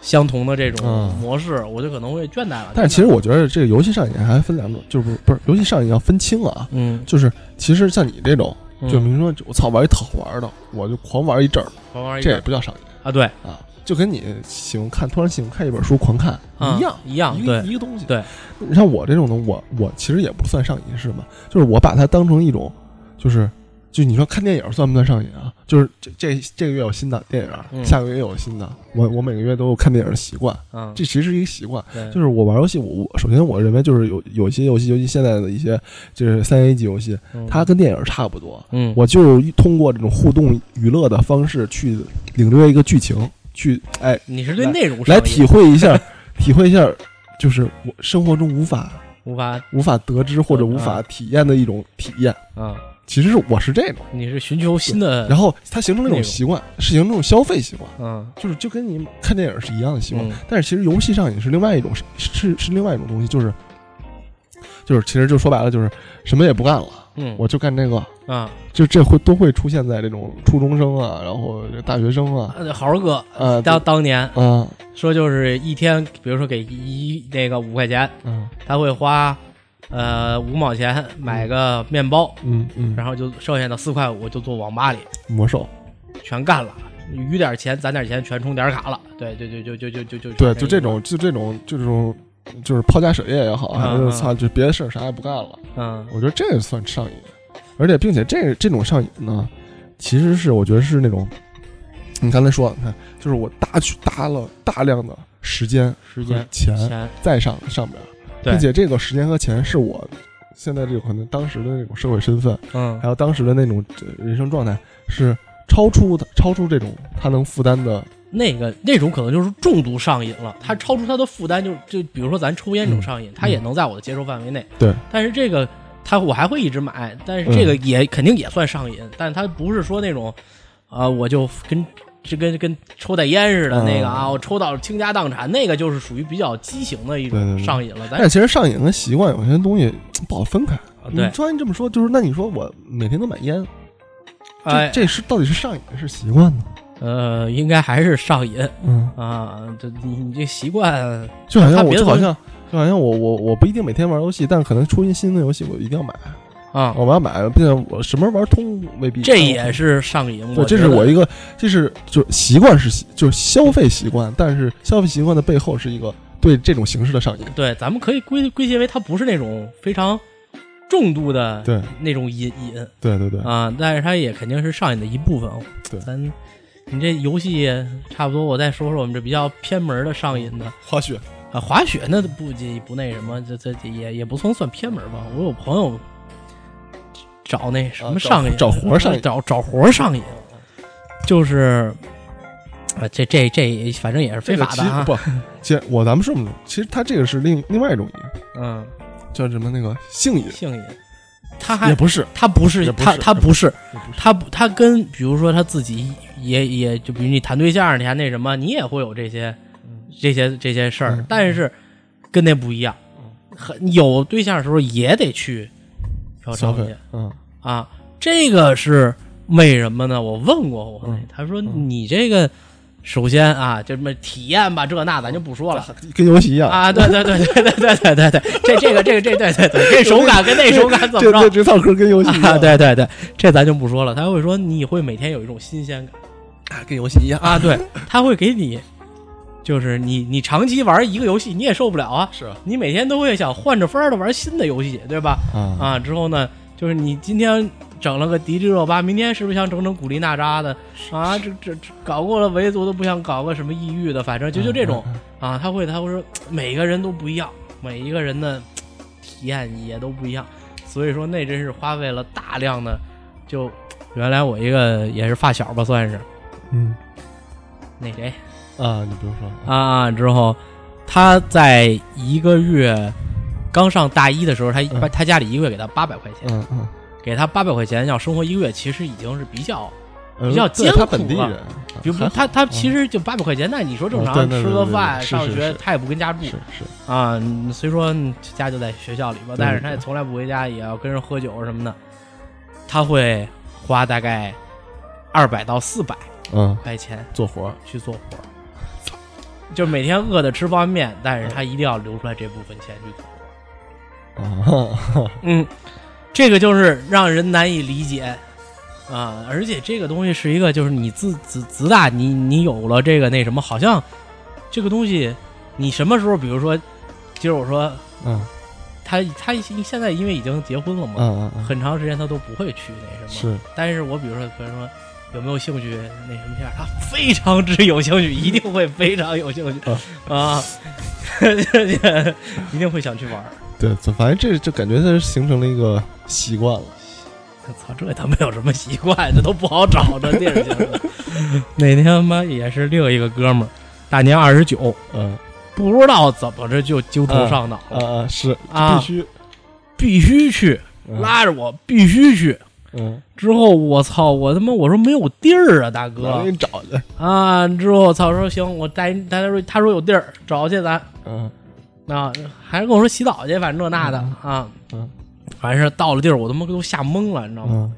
相同的这种
嗯
模式，我就可能会倦怠了。
但是其实我觉得这个游戏上瘾还分两种，就是不不是游戏上瘾要分清啊，
嗯，
就是其实像你这种。
嗯，
就明说，我操，玩一特好玩的，我就狂玩一阵儿，
玩玩一
这也
阵
不叫上瘾
啊，对，
啊，就跟你喜欢看，突然喜欢看一本书，狂看
啊
一样。
一样，
一个
对，
一个东西，
对。
你像我这种的，我我其实也不算上瘾，是吗？就是我把它当成一种，就是就你说看电影算不算上瘾啊？就是这这这个月有新的电影，
嗯
下个月有新的，我我每个月都有看电影的习惯，
嗯，
这其实是一个习惯。
对
就是我玩游戏，我我首先我认为就是有有些游戏，尤其现在的一些就是三 A 级游戏，它跟电影差不多，
嗯，
我就是通过这种互动娱乐的方式去领略一个剧情，去哎
你是对内容上
来
瘾
体会一 下，体会一下，就是我生活中无法
无法
无法得知或者无
嗯
法体验的一种体验。
啊，
其实是我是这种，
你是寻求新的
然，后它形成了一种习惯，是形成一种消费习惯，
嗯
就是就跟你看电影是一样的习惯。
嗯
但是其实游戏上瘾是另外一种，是是是另外一种东西，就是就是其实就说白了就是什么也不干了，
嗯，
我就干这个。
啊，
就这会都会出现在这种初中生啊，然后这大学生啊，
呃豪哥
啊，
当当年
啊，
说就是一天，比如说给一那个五块钱，
嗯
他会花呃五毛钱买个面包，
嗯嗯，
然后就剩下的四块五就坐网吧里
魔兽，
全干了，余点钱攒点钱全充点卡了。对对对，就就就就就
对，就这种，就这种，就这种，就是抛家舍业也好，还
嗯嗯
是操，就别的事儿啥也不干了，
嗯
我觉得这算上瘾，而且并且这这种上瘾呢，其实是我觉得是那种，你刚才说，你看，就是我搭去搭了大量的时间
时
和
间
钱
钱
在上上边儿，
对
并且这个时间和钱是我现在这个可能当时的那种社会身份。
嗯
还有当时的那种呃人生状态是超出的，超出这种他能负担的。
那个那种可能就是重度上瘾了，它超出它的负担就，就比如说咱抽烟这种上瘾，它也能在我的接受范围内。
嗯对，嗯
但是这个它我还会一直买，但是这个也、肯定也算上瘾，但它不是说那种，啊、我就跟这跟跟抽袋烟似的
嗯
那个啊，我抽到倾家荡产，那个就是属于比较畸形的一
对
种
对对哎
上瘾了。咱啊
但是其实上瘾跟习惯有些东西嘖不好分开。
对
你突然这么说，就是那你说我每天都买烟，这、
哎
这是到底是上瘾还是习惯呢？
呃，应该还是上瘾
嗯，
啊，这你你这习惯
就好
那
像我
别的
就
东
好
西
像就好像我我我不一定每天玩游戏，但可能出一新的游戏我一定要买。
啊，
我妈买，并且我什么时候玩通未必。
这也是上瘾。
对，这
觉
是
得
我一个，这是就是习惯是习就是消费习惯，但是消费习惯的背后是一个对这种形式的上瘾。
对，咱们可以归归结为它不是那种非常重度的
对
那种瘾瘾
对对对，
啊，但是它也肯定是上瘾的一部分。
对
咱你这游戏差不多，我再说说我们这比较偏门的上瘾的
滑雪
啊，滑雪那不不那什么，这这这也也不算算偏门吧。我有朋友找那什
找
么上瘾，
找活儿上瘾
找找活儿上瘾，就是啊，这这这反正也是非法的啊，
不，其实我咱们说不，其实它这个是另另外一种瘾，
嗯，
叫什么那个性瘾，
性瘾。他还
也不是，
他不是
也不
他
是
他
也
不是
也不是，
他不他跟比如说他自己也也就比如你谈对象，你还那什么，你也会有这些这些这些事儿
嗯，
但是跟那不一样，很有对象的时候也得去嫖
消
娼去
费，嗯，
啊，这个是为什么呢？我问过我
嗯，
他说
嗯
你这个首先啊，就什么体验吧，这那咱
哦
就不 说了。
跟游戏一样，
啊，对对对对对对对对对，这这个这个这对对 对，这手感跟那手感怎
这
么着
这？这套嗑跟游戏一
啊，
样，
对对对，这咱就不说了。他会说你会每天有一种新鲜感
跟游戏一样，
啊，对， 他会给你，就是你你长期玩一个游戏你也受不了啊，
是啊，
你每天都会想换着法儿的玩新的游戏，对吧？
啊，
啊，之后呢，就是你今天整了个迪丽热巴，明天是不是想整整古力娜扎的啊？这这这搞过了维族都不想搞个什么抑郁的，反正就就这种
嗯，嗯
啊，他会他会说每个人都不一样，每一个人的体验也都不一样，所以说那真是花费了大量的。就原来我一个也是发小吧，算是
嗯
那谁
嗯啊，你不用说了，
啊，之后他在一个月刚上大一的时候，他
嗯
他家里一个月给他八百块钱，
嗯嗯
给他八百块钱要生活一个月，其实已经是比较。
呃，
比较
对
艰
他
苦
本地
了
人，
比如
还
他他其实就八百块钱，那你说正
嗯
常
对对对
吃
对
个
对
饭、
是
上
是
学，
是
他也不跟家住
是是，
啊，嗯虽说嗯家就在学校里吧，但是
对
他也从来不回家，也要跟人喝酒什么的。他会花大概二百到四百
嗯，
块钱
做活儿
去做活儿，就每天饿的吃方便面，但是他一定要留出来这部分钱去做。
啊，
嗯，这个就是让人难以理解啊！而且这个东西是一个，就是你自自自大，你你有了这个那什么，好像这个东西，你什么时候，比如说，今儿我说
嗯
他他现在因为已经结婚了嘛，
嗯 嗯，
很长时间他都不会去那什么。
是
但是我比如说，比如说有没有兴趣那什么片儿，他非常之有兴趣，一定会非常有兴趣
嗯
啊，一定会想去玩儿。
对，总反正这就感觉它形成了一个习惯了，
操，这他妈有什么习惯？这都不好找这地儿去了。 那天他妈也是另一个哥们儿，大年二十九，
嗯
不知道怎么着就揪头上脑了、
啊啊是
啊
必，须
必须去，
嗯
拉着我必须去。
嗯，
之后我操，我他妈我说没有地儿啊，大
我给
哥
你找去，
啊！之后操说行，我带你带他说他说有地儿找去咱
嗯
啊，还是跟我说洗澡去，反正这那的啊，
嗯
反正是到了地儿我他妈都吓懵了，你知道吗？
嗯，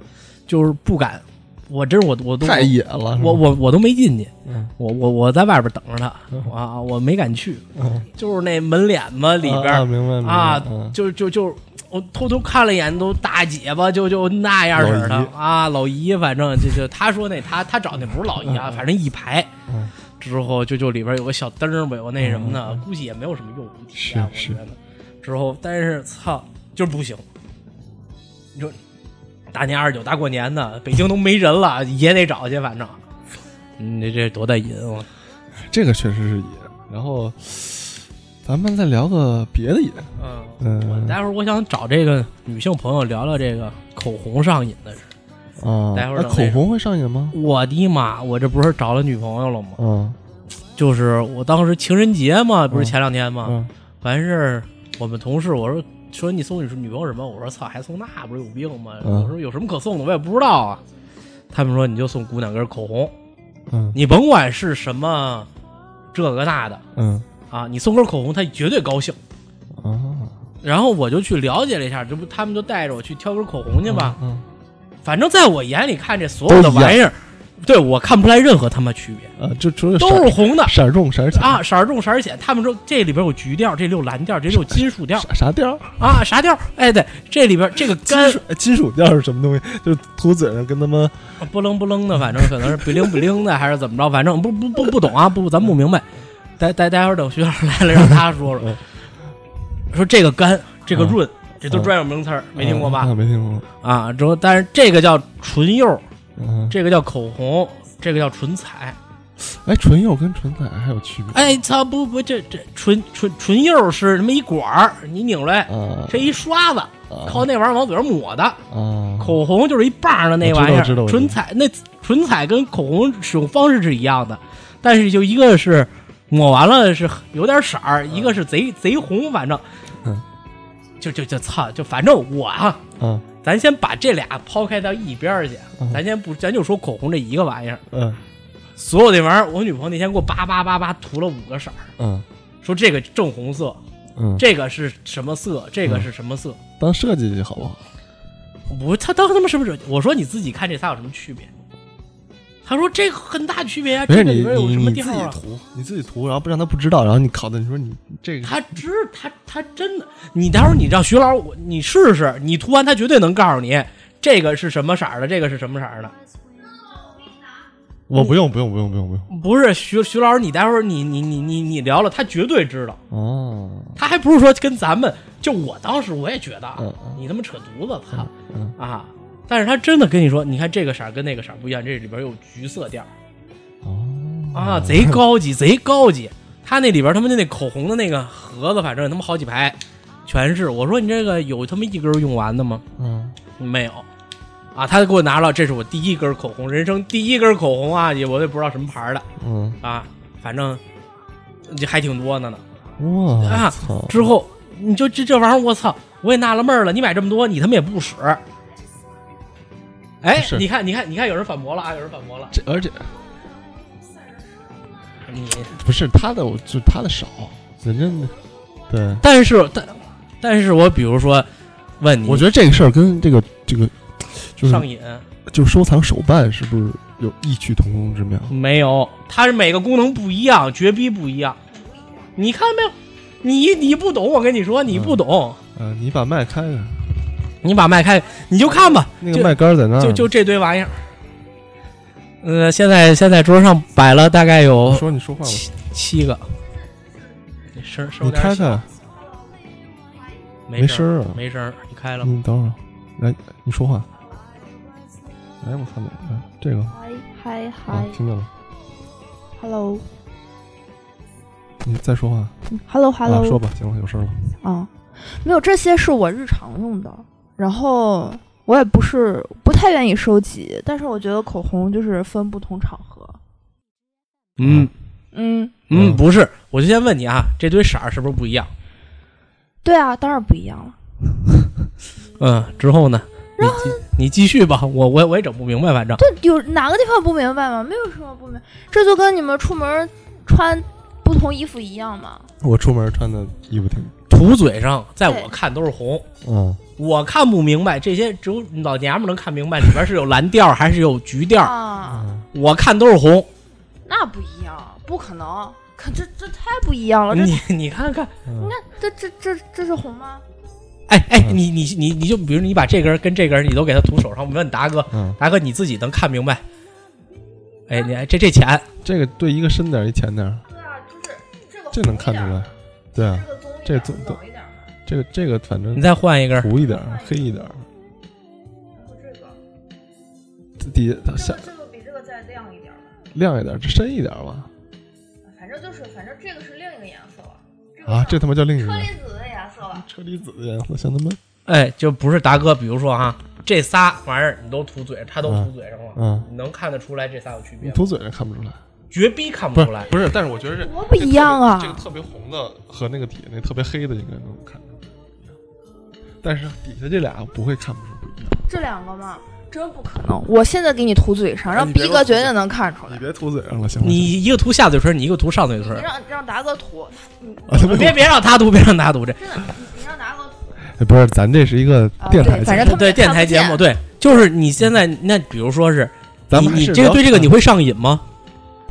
就是不敢，我真是我我都
太野了，是吧
我我我都没进去，
嗯
我我我在外边等着
嗯
他啊，我没敢去，
嗯
就是那门脸嘛里边
啊啊
儿
明白明白
啊
嗯，
就就就我偷偷看了一眼，都大姐巴就就那样式儿的
老姨
啊，老姨，反正就就他说那他他找那不是老姨啊，
嗯嗯
反正一排
嗯
之后就就里边有个小灯儿吧，有那什么
嗯
的，估计也没有什么用武体验，我
是
觉得之后但是操就是不行，你说大年二十九大过年的，北京都没人了，也得找去，反正。你这这多带瘾啊我
这个确实是野，然后咱们再聊个别的野，
嗯，
嗯
我待会儿我想找这个女性朋友聊聊这个口红上瘾的事。
啊，
待会儿
那
等
口
那
红会上瘾吗？
我的妈！我这不是找了女朋友了吗？
嗯
就是我当时情人节嘛，不是前两天嘛，
嗯
完事儿我们同事我说说你送你女朋友什么？我说操，还送那不是有病吗？
嗯
我说有什么可送的，我也不知道啊。他们说你就送姑娘根口红，
嗯
你甭管是什么这个那的
嗯
啊，你送根口红，她绝对高兴。
啊，
然后我就去了解了一下，这不他们就带着我去挑根口红去吧。
嗯，
反正在我眼里看这所有的玩意儿对我看不出来任何他妈区别，
啊，就除了
都
色
是红的
色重色浅
啊，色儿重色儿浅。他们说这里边有橘调，这里有蓝调，这里有金属调
啥啥调儿？
啊，啥调？哎，对，这里边这个
金
干
属金属调是什么东西？就是涂嘴上跟他们
呃不楞不楞的，反正可能是不灵不灵的，还是怎么着？反正不不不不懂啊，不咱不明白。待待待会儿等徐老师来了，让他说说
嗯。
说这个干，这个
嗯
润，这都
嗯
专有名词儿，没听过吧？
啊，没听过。
啊，之后但是这个叫唇釉，
嗯，
这个叫口红，这个叫唇彩。
哎，唇釉跟唇彩还有区别
哎操，不不，这这唇唇唇釉是他妈一管儿，你拧出来，
啊？
这一刷子，
啊
靠那玩意儿往嘴上抹的。
啊，
口红就是一棒儿的那
我知道
玩意
知道
儿，
我知道
唇彩那唇彩跟口红使用方式是一样的，但是就一个是抹完了是有点色儿，一个是贼贼红，反正，
嗯，
就就就操，就反正我啊，
啊，
咱先把这俩抛开到一边儿去，
嗯
咱先不，咱就说口红这一个玩意儿，
嗯
所有这玩意儿，我女朋友那天给我叭叭叭叭涂了五个色儿，
嗯
说这个正红色，
嗯，
这个是什么色，这个是什么色，
当设计去好不好？
我他当他妈什么时候？我说你自己看这仨有什么区别？他说这个很大区别啊，
没事，
这个
你
里边有
你
什么
你
调
自己
啊？
涂，你自己涂，然后不让他不知道，然后你考的，你说你这个
他知他他真的，你待会儿你让徐老师我你试试，你涂完他绝对能告诉你这个是什么色儿的，这个是什么色儿的。
我不用不用不用不用不用
不是徐徐老师，你待会儿你你你你你聊了，他绝对知道。
哦，
他还不是说跟咱们，就我当时我也觉得啊
嗯嗯
你他妈扯犊子，操、
嗯
啊！但是他真的跟你说，你看这个色儿跟那个色儿不一样，这里边有橘色调。
哦
啊，贼高级，贼高级。他那里边他们的那口红的那个盒子，反正他妈好几排，全是。我说你这个有他妈一根用完的吗？
嗯
没有。啊，他给我拿了，这是我第一根口红，人生第一根口红啊，也我也不知道什么牌的
嗯
啊，反正这还挺多的呢。
哇
啊
操
之后你就这这玩意儿，我操，我也纳了闷儿了，你买这么多，你他妈也不使。哎
是，
你看，你看，你看，有人反驳了啊，有人反驳了，
这而且
你
不是他的，我就他的少，人家对，
但是，但但是我比如说问你，
我觉得这个事儿跟这个这个就是
上瘾
就收藏手办是不是有异曲同工之妙？
没有？它是每个功能不一样，绝逼不一样。你看没有？你你不懂，我跟你说，你不懂，
呃，你把麦开开，
你把麦开，你就看吧。
那个麦杆儿在那儿，
就就这堆玩意儿。呃，现在现在桌上摆了大概
你
有
说你说话吧，
七七个。你声声
你
有点
开
小，
开，
没
声儿啊
没声儿，你开了吗？
你嗯等会儿，来你说话。哎，我操哪个？这个
嗨嗨
啊
嗨，
听见了，嗯
，hello，hello
你再说话
hello，
啊，说吧，行了，有事儿了。
啊，没有这些是我日常用的，然后我也不是不太愿意收集，但是我觉得口红就是分不同场合，
嗯
嗯，
嗯，
嗯
不是，我就先问你啊，这堆色儿是不是不一样？
对啊，当然不一样了。
嗯，之后呢？你继你继续吧，我我我也整不明白，反正
这有哪个地方不明白吗？没有什么不明白，这就跟你们出门穿不同衣服一样嘛。
我出门穿的衣服挺，
涂嘴上，在我
对
看都是红，
嗯
我看不明白，这些只有老娘们能看明白里边是有蓝调还是有橘调，
啊，
嗯
我看都是红。
那不一样，不可能，可这这太不一样了，哦这
你你看看，
嗯
这这这这是红吗？
哎哎，
嗯
你你你你就比如你把这根儿跟这根儿你都给它涂手上，我问达哥，
嗯，
达哥你自己能看明白？哎，你这这浅，
这个对一个深点儿，一浅点儿，
对啊，就是这个
这能看出来。对啊，
个棕
这棕
一点嘛，
这个这个反正
你再换一根儿，
糊一点儿，黑一点儿，
然后这个
底下
这个比这个再亮一点嘛，
亮一点儿，这深一点儿吧。
反正就是反正这个是另一个颜色吧。
啊，这他妈叫另一个
子的颜色吧，
车厘子的颜色，像他妈，
哎，就不是达哥，比如说哈，这仨玩意儿你都涂嘴，他都涂
嗯
嘴上了，
嗯，
你能看得出来这仨有区别
你
吗？
涂嘴上看不出来，
绝逼看
不
不
是
出来。
不是，但是我觉得这
多不一样啊
这个特别红的和那个底下那特别黑的应该能看出来，但是底下这俩不会看不出不一样。
这两个嘛，真不可能。我现在给你涂嘴上，让
哎你别
逼
给我
哥
涂
绝
嘴
对能看出来
你。别涂嘴上了，行吗？
你一个涂下嘴唇，你一个涂上嘴唇
你。让让达哥涂，
啊，他妈
别别让他涂，别让他涂这。
真的，你让达哥涂。
哎不是，咱这是一个
啊
电台节
对反
目，
正他们
对
也看
电
不
台节目，
见
对，就是你现在那比如说是
咱
你
们还
你
是
这个
聊嗯
对这个你会上瘾吗？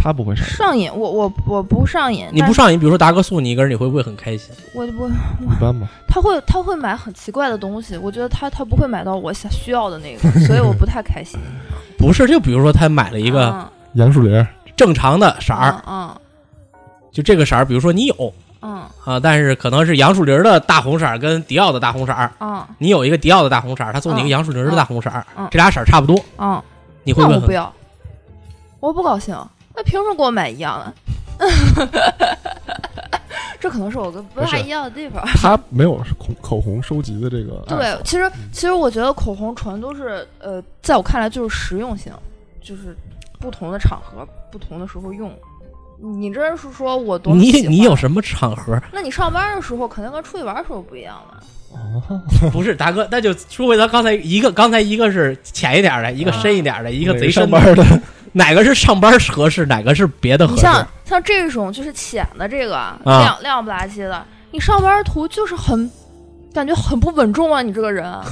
他不会上
上瘾，我我我不上瘾，
你不
但是
上瘾，比如说达哥送你一根，你会不会很开心？
我我
一般吧。
他会他会买很奇怪的东西，我觉得他他不会买到我想需要的那个，所以我不太 开心。
不是，就比如说他买了一个
嗯
杨树林儿，
正常的色儿，，
嗯
就这个色儿，比如说你有
嗯
啊，但是可能是杨树林的大红色儿跟迪奥的大红色儿，
嗯嗯
你有一个迪奥的大红色儿，他送你一个杨树林的大红色儿
嗯嗯，
这俩色儿差不多，
嗯，
你会
那
不会
我不
很？
要，我不高兴。那凭什么给我买一样的？ 这可能是我跟不
不是
太一样的地
啊
方。
他没有口口红收集的这个爱好。
对，其实其实我觉得口红纯都是呃，在我看来就是实用性，就是不同的场合、不同的时候用。你这是说我多么喜
你
欢
你有？什么 场合？
那你上班的时候肯定跟出去玩的时候不一样了。
啊，
不是达哥，那就说回咱刚才一个，刚才一个是浅一点儿的，一个深一点儿的，一
一
个贼
上
深
班的，
哪个是上班合适，哪个是别的合
你
适？啊
像像这种就是浅的这个、亮亮不拉几的，你上班途就是很感觉很不稳重啊，你这个人啊。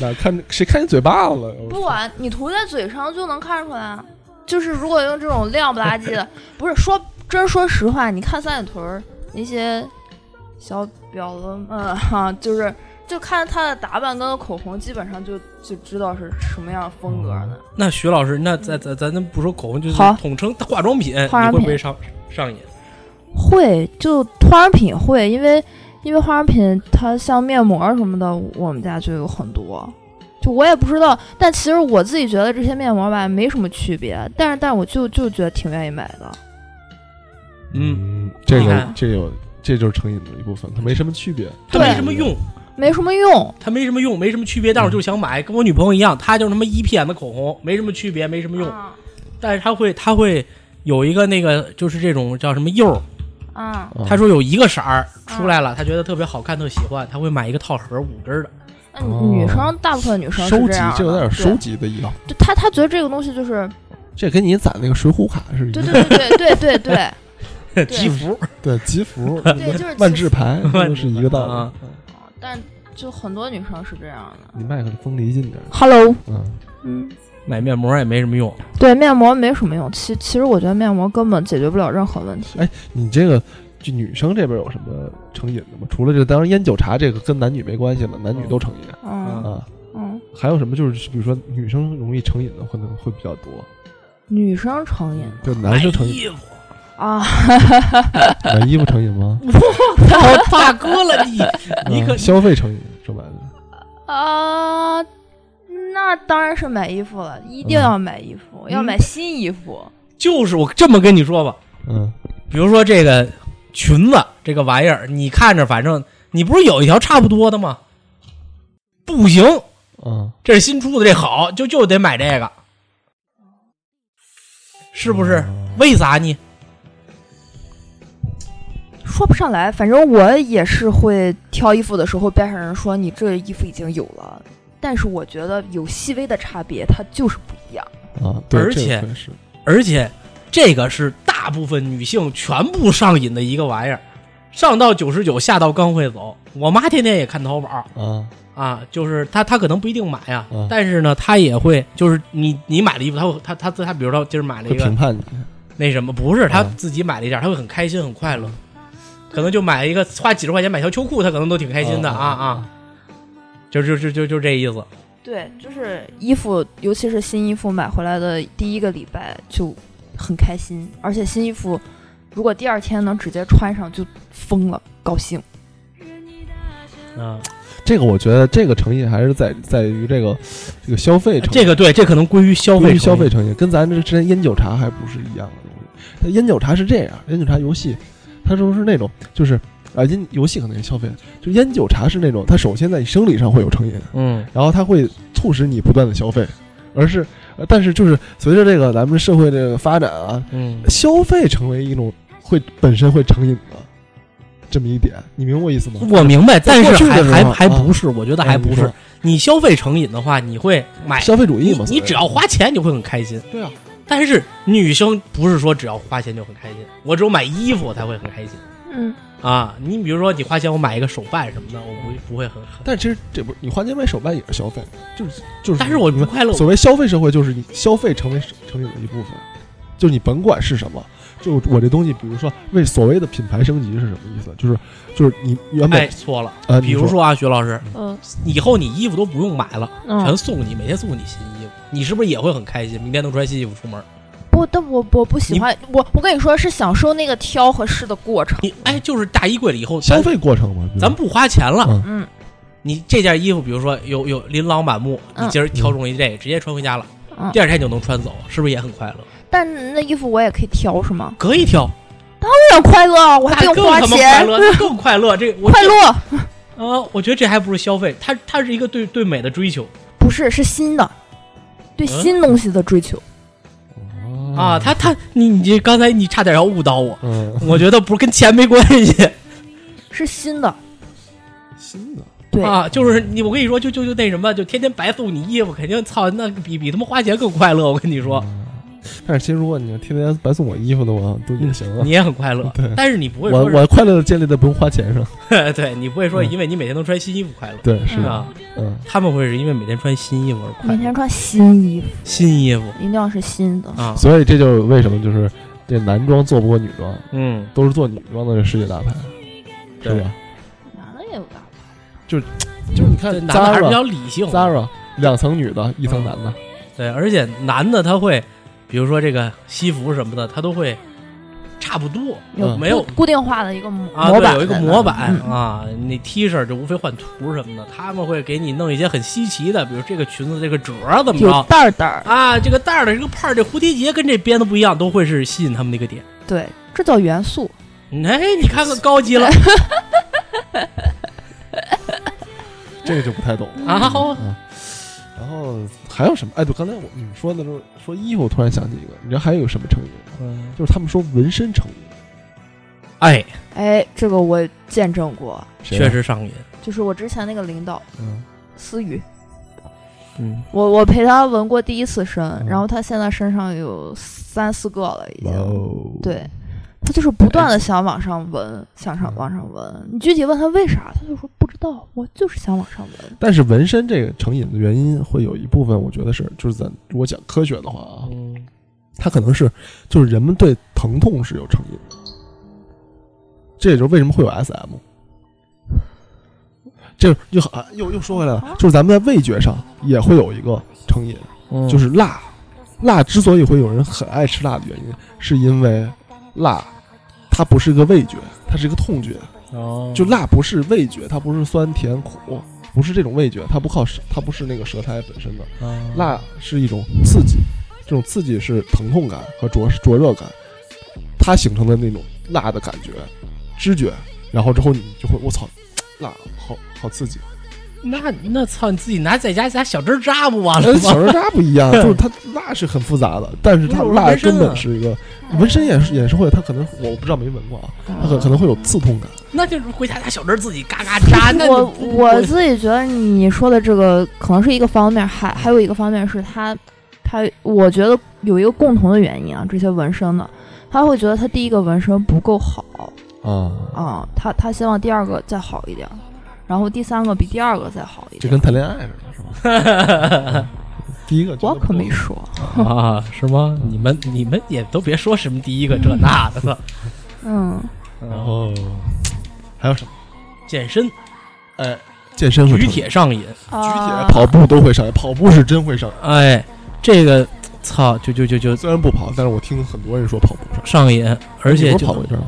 哪看谁看你嘴巴子了？
不管你涂在嘴上就能看出来啊，就是如果用这种亮不拉几 的，不是说真说实话，你看三里屯儿那些小婊子们呃哈、就是就看她的打扮跟口红，基本上就就知道是什么样风格的。
那徐老师，那咱咱咱咱不说口红，就是
嗯好
统称化妆品，
化妆
你会不会
品
上上瘾？
会就化妆品会，因为因为化妆品它像面膜什么的，我们家就有很多。就我也不知道，但其实我自己觉得这些面膜吧没什么区别，但是但是我就就觉得挺愿意买的。
嗯，这
你
个
看
这有这就是成瘾的一部分，它没什么区别。
它
对嗯
没什么用，
没什么用。
它没什么用，没什么区别，但是我就想买，跟我女朋友一样，她就是他妈一屁眼子口红，没什么区别，没什么用，
啊
但是她会她会有一个那个就是这种叫什么釉儿，
啊
啊
她说有一个色儿出来了，
嗯
她觉得特别好看，特喜欢，她会买一个套盒五根儿的，
那呃女生大部分女生是
哦收
这
集
样的，
这有点收
对，
集的意思。
就她她觉得这个东西就是，
这跟你攒那个水浒卡是一
对
样
对对对对对对
集福，
对集 福、
对，就是
万
其
智
实，
牌
万
都
智
是一个道
啊
理。嗯
但就很多女生是这样的。
你麦克风离近点儿，
Hello，
嗯，
嗯，
买面膜也没什么用，
对，面膜没什么用，其其实我觉得面膜根本解决不了任何问题。
哎，你这个就女生这边有什么成瘾的吗？除了这个，当然烟酒茶这个跟男女没关系了，男女都成瘾
嗯
啊。
嗯，
还有什么就是比如说女生容易成瘾的可能会比较多，
女生成瘾
就男生成
买
瘾，
衣服，嗯
啊，
买衣服成瘾吗？
我大哥了 你，你
嗯
可
消费成瘾，说白了。
啊、那当然是买衣服了，一
嗯
定要买衣服，要
嗯
买新衣服。
就是我这么跟你说吧，
嗯，
比如说这个裙子这个玩意儿，你看着反正你不是有一条差不多的吗？不行，
啊，
这是新出的，这好，就就得买这个，是不是？
嗯
为啥呢？
说不上来，反正我也是会挑衣服的时候，边上人说你这衣服已经有了，但是我觉得有细微的差别，它就是不一样。
啊，对，
而
这个
且
确实
而且这个是大部分女性全部上瘾的一个玩意儿，上到九十九，下到刚会走。我妈天天也看淘宝
啊，
啊，就是她她可能不一定买啊，
嗯
但是呢，她也会就是你你买了衣服，她会她她她她比如说今儿买了
会
一个
评判你
那什么，不是她
嗯
自己买了一件，她会很开心很快乐，可能就买了一个花几十块钱买条秋裤，她可能都挺开
嗯
心的啊啊，，就就就就就这意思。
对，就是衣服，尤其是新衣服买回来的第一个礼拜就很开心，而且新衣服如果第二天能直接穿上就疯了，高兴。
嗯，
这个我觉得这个成瘾还是在在于这个这个消费成
这个对，这可能归于消
归
费
于消
成
费
瘾，
成瘾，跟咱这之前烟酒茶还不是一样的东西。它烟酒茶是这样，烟酒茶游戏，它都是那种就是啊，烟游戏可能也消费，就烟酒茶是那种，它首先在你生理上会有成瘾，
嗯，
然后它会促使你不断的消费，而是呃但是就是随着这个咱们社会这个发展啊，
嗯，
消费成为一种会本身会成瘾的这么一点，你明白我意思吗？
我明白，但
过
是
去的
还
时
还
候
还
啊
不是，我觉得还
嗯你
不是
说。
你消费成瘾的话，你会买，
消费主义
你
嘛，所
你
谓
只要花钱你就会很开心。
对啊，
但是女生不是说只要花钱就很开心，我只有买衣服才会很开心。
嗯，
啊。你比如说，你花钱我买一个手办什么的，我不不会很很，
但其实这不是你花钱买手办也是消费，就是就是。
但是我不快乐。
所谓消费社会，就是你消费成为成你的一部分，就是你甭管是什么，就我这东西，比如说为所谓的品牌升级是什么意思？就是就是你原本、
哎，错了。
呃，
比
你
如说啊，徐老师，
嗯
以后你衣服都不用买了，全
嗯，
送你，每天送你新衣服，你是不是也会很开心？明天能穿新衣服出门？
不，但我我不喜
你
欢，我我跟你说是享受那个挑和试的过程，
你哎，就是大衣柜里以后
消
咱
费过程嘛，
咱不花钱了，
嗯
嗯
你这件衣服，比如说有有琳琅满目，
嗯
你今儿挑中一这个，直接穿回家了，
嗯
第，二天你就能穿走，是不是也很快乐？
但那衣服我也可以挑是吗？
可以挑，
当然快乐啊，我还不
那
用
更
花
他妈快
钱，
乐，那更快乐。这我
快
觉
乐
得呃，我觉得这还不是消费，它它是一个对对美的追求
不是是新的，对
嗯
新东西的追求。
啊。它它你你这刚才你差点要误导我，
嗯，
我觉得不是跟钱没关系
是新的，
新的
对，
啊，就是你我跟你说，就就就那什么，就天天白送你衣服，肯定操，那比比他妈花钱更快乐。我跟你说，。
嗯但是其实如果你要天天白送我衣服的话，都也行啊
你。也很快乐
对，
但是你不会
我
说
我快乐建立在不用花钱上，
是， 对你不会说
嗯
因为你每天能穿新衣服快乐。
对，是
是
的，
啊，
嗯，
他们会是因为每天穿新衣服而快
每
乐
天穿新衣服，
新衣服
一定要是新的。
啊，
所以这就是为什么就是这男装做不过女装，
嗯，
都是做女装的这世界大牌，是
对
吧？
男的也有大牌，
就是你看
对，男的还是比
Zara
较理性的
Zara 两层女的，一层男的，
对，而且男的他会，比如说这个西服什么的，他都会差不多
嗯
没有
固固定化的一个模
啊，
模
对，
板，
有一个模板
嗯
啊，那 T 恤就无非换图什么的，他们会给你弄一些很稀奇的，比如这个裙子这个褶儿怎么
有
着。
袋儿袋儿，
啊，这个带儿的这个帕儿，这蝴蝶结跟这边的不一样，都会是吸引他们的一个点。
对，这叫元素。
哎，你看看高级了
这个就不太懂了。
啊！好
嗯，然后还有什么？哎，对，刚才我你们说的时候说衣服，我突然想起一个，你知道还有什么成语吗？
嗯
就是他们说纹身成语，
哎，
哎，这个我见证过，
谁
确
呀，
实上瘾。
就是我之前那个领导
嗯，
思雨，
嗯，
我我陪他纹过第一次身，然后他现在身上有三四个了，已
哇
经。
哦，，
对，他就是不断的想往上纹，想上往上纹。你具体问他为啥，他就说不知道，我就是想往上纹。
但是纹身这个成瘾的原因，会有一部分，我觉得是，就是咱如果讲科学的话啊，
嗯
它可能是就是人们对疼痛是有成瘾的，这也就是为什么会有 SM。这又好啊又又说回来了，就是咱们在味觉上也会有一个成瘾，
嗯
就是辣。辣之所以会有人很爱吃辣的原因，是因为辣它不是一个味觉，它是一个痛觉。
哦，
就辣不是味觉，它不是酸甜苦，不是这种味觉，它不靠舌，它不是那个舌苔本身的。
哦
辣是一种刺激，这种刺激是疼痛感和灼灼热感，它形成的那种辣的感觉、知觉，然后之后你就会我操，辣，好好刺 激。
那那操，你自己拿在家拿小针扎不完了
但是
吗？
小人渣不一 样，就是它辣是很复杂的，但是它
我说
辣
纹身
根
啊
本是一个纹身也是
嗯
也是会，它可能我不知道没纹过啊，
嗯
它可可能会有刺痛感。
那就是回家拿小针自己嘎嘎扎。啊那
我
你不
我自己觉得你说的这个可能是一个方面，还还有一个方面是他，他我觉得有一个共同的原因啊，这些纹身的，他会觉得他第一个纹身不够好
啊，
啊、他他希望第二个再好一点，然后第三个比第二个再好一
这
点。
跟谈恋爱似的，是吧？第一个觉
我
得
可
不
没说，
啊，是吗？你们你们也都别说什么第一个这那的了。
嗯，
然后哦
哦
还有什么？
健身、呃
哎，健身会
举
成瘾
铁上瘾，
举铁、
啊、
跑步都会上瘾，跑步是真会上瘾。
哎，这个操，就就就就
虽然不跑，但是我听很多人说跑步上瘾，
上瘾，而且
你不是跑过一
就嗯
阵儿吗。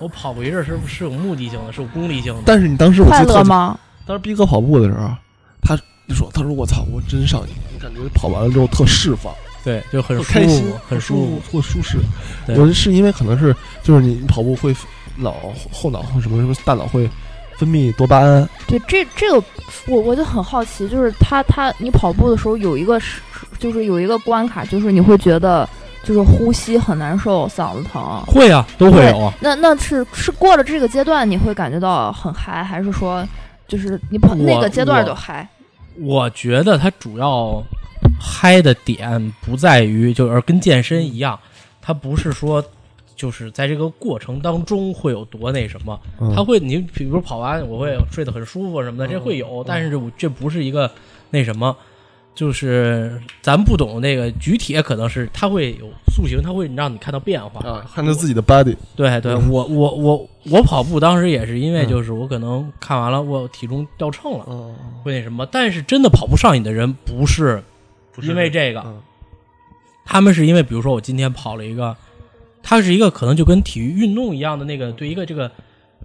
我跑过一阵儿，是是有目的性的，是有功利性的。
但是你当时我
快
记得特
乐
清，
吗？
当时逼哥跑步的时候，啊他就说：“他说我操，我真上瘾，我感觉跑完了之后特释放，
对，就很
特
舒
开心
服，，很舒
嗯
服，特
服。
舒适。”我
对
觉得是因为可能是就是你跑步会脑后脑或什么什么大脑会分泌多巴胺，
对，这这个我我就很好奇，就是他他你跑步的时候有一个是就是有一个关卡，就是你会觉得就是呼吸很难受，嗓子疼。
会啊，都会有啊。
那那是是过了这个阶段，你会感觉到很嗨，还是说就是你
我
跑那个阶段
我
就嗨？
我觉得它主要嗨的点不在于，就是跟健身一样，它不是说就是在这个过程当中会有多那什么，
嗯
他会你比如跑完我会睡得很舒服什么的，这
嗯
会有，但是这这不是一个那什么，就是咱不懂那个举铁可能是它会有塑形，它会让你看到变化
啊，看着自己的 body，
对对，
嗯
我我我我跑步当时也是因为
嗯
就是我可能看完了我体重掉秤了，
嗯，
会那什么，但是真的跑步上瘾的人不是
不
因为这个，
嗯
他们是因为比如说我今天跑了一个，它是一个可能就跟体育运动一样的那个对一个这个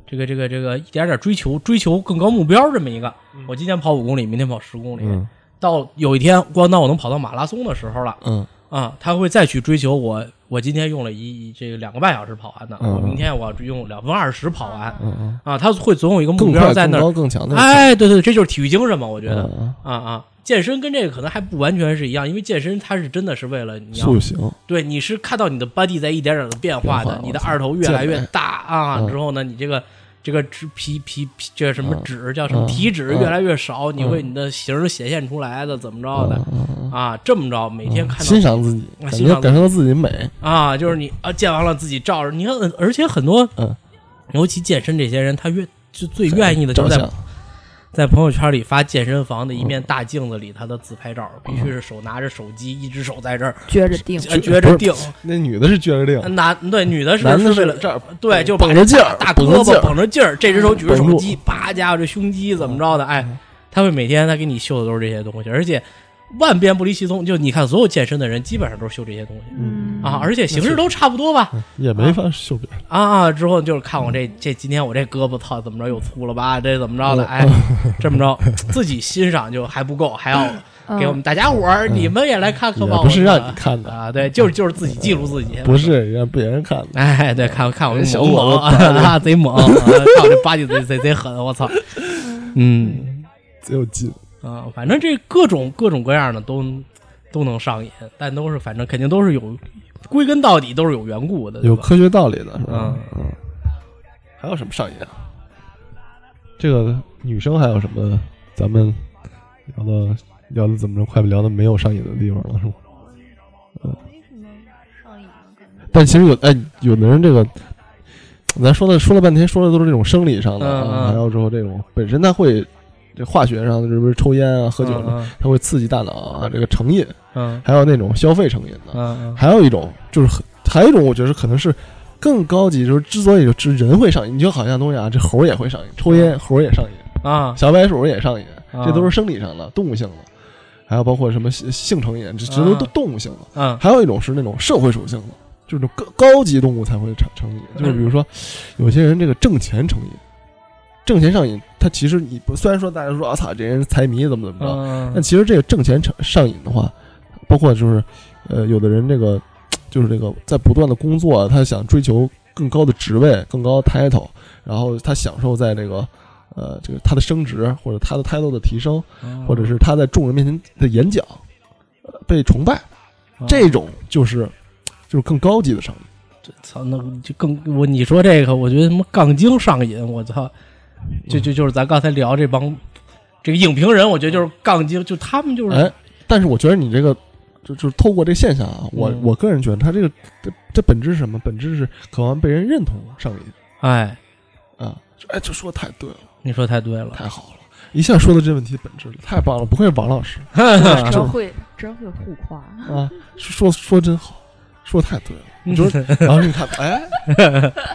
这个这个这个一点点追求追求更高目标这么一个，我今天跑五公里，明天跑十公里，
嗯
到有一天光当我能跑到马拉松的时候了。
嗯
啊，他会再去追求我。我今天用了一这个两个半小时跑完的，
嗯
我明天我要用两分二十跑完
嗯嗯，
啊。他会总有一个目
更快、
标在
更
那儿。
高、更强的，
哎，对对，这就是体育精神嘛，我觉得、
嗯，
啊啊，健身跟这个可能还不完全是一样，因为健身它是真的是为了你要
塑形，
对，你是看到你的 body 在一点点的变化
变
的
化，
你的
我操
二头越来越
健美
大啊，
嗯
之后呢，你这个这个脂皮皮皮这个什么
嗯
脂叫什么
嗯
体脂
嗯
越来越少，你会
嗯
你的型儿显现出来的，怎么着的
嗯嗯嗯
啊？这么着，每天
嗯
看到
欣赏自己，
啊
感
欣
觉
赏自己
感受到自己美，
啊，就是你啊，健完了自己照着，你看，而且很多，
嗯
尤其健身这些人，他越就最愿意的就
照
是在
相，嗯
在朋友圈里发健身房的一面大镜子里他的自拍照，必须是手拿着手机，一只手在这儿
撅着
嗯
腚，
呃撅着腚，
那女的是撅着腚，
男对女嗯的是
男的
是为
是
了
这儿
对就把
绷着劲儿，
大
绷
胳
着劲
膊
儿，嗯
绷着劲儿，这只手举着
绷
手
住
机，啪家伙这胸肌
嗯
怎么着的，哎，他会每天他给你秀的都是这些东西，而且万变不离其宗，就你看所有健身的人基本上都是秀这些东西
嗯
啊，而且形式都差不多吧，
也没法秀别人，
啊啊！之后就是看我这这今天我这胳膊操怎么着又粗了吧，这怎
嗯
么着的？哎，这么着自己欣赏就还不够，还要
嗯
给我们大家伙儿、你们也来看看
嗯
吧。
也不是
我
让
的
你看的，
啊，对，就是就是自己记录自己。
不是让别人看的，
哎，对，看看我这
小
猛
伙
猛啊，
子
啊 贼猛，啊看我这八戒贼贼贼狠，我操！嗯
只有劲，
啊，反正这各种各种各样的都都能上瘾，但都是反正肯定都是有，归根到底都是有缘故的，对
有
吧
科学道理的，是吧
嗯？
嗯，还有什么上瘾啊？这个女生还有什么？咱们聊到聊的怎么着，快聊的没有上瘾的地方了，是吗？
没什么上瘾的感觉。
但其实有哎，有的人这个，咱说了说了半天，说的都是这种生理上的，
嗯嗯
啊还有之后这种本身它会这化学上的，这不是抽烟啊、喝酒什么，
嗯
它会刺激大脑啊，这个成瘾，
嗯
还有那种消费成瘾
嗯
的，
嗯
还有一种就是很，还有一种我觉得是可能是更高级，就是之所以就是人会上瘾，你就好像东西啊，这猴儿也会上瘾，抽烟猴儿也上瘾，
嗯啊，
小白鼠也上瘾，
啊
这都是生理上的、动物性的，还有包括什么性性成瘾，这这都
啊
是动物性的。
嗯
还有一种是那种社会属性的，就是高高级动物才会成成瘾，就是比如说，有些人这个挣钱成瘾，挣钱上瘾，他其实你不虽然说大家说啊操，这人财迷怎么怎么着，
嗯
但其实这个挣钱成上瘾的话，包括就是，呃，有的人这个就是这个在不断的工作，他想追求更高的职位、更高的 title，然后他享受在这个。呃，这个他的升职或者他的 title 的提升，
嗯
或者是他在众人面前的演讲，呃被崇拜，
啊
这种啊就是就是更高级的上瘾，
操，那就更我你说这个，我觉得什么杠精上瘾，我操，就就就是咱刚才聊这帮这个影评人，我觉得就是杠精，就他们就是
哎，但是我觉得你这个就就是透过这个现象啊，我、
嗯
我个人觉得他这个这这本质是什么？本质是渴望被人认同上瘾
哎，
啊！就哎，这说得太对了，
你说太对了，
太好了。一下说到这问题的本质了，太棒了！不 愧是王老 师
真会真会互夸，
啊，说说真好，说得太对了。你说， 然后你看，哎，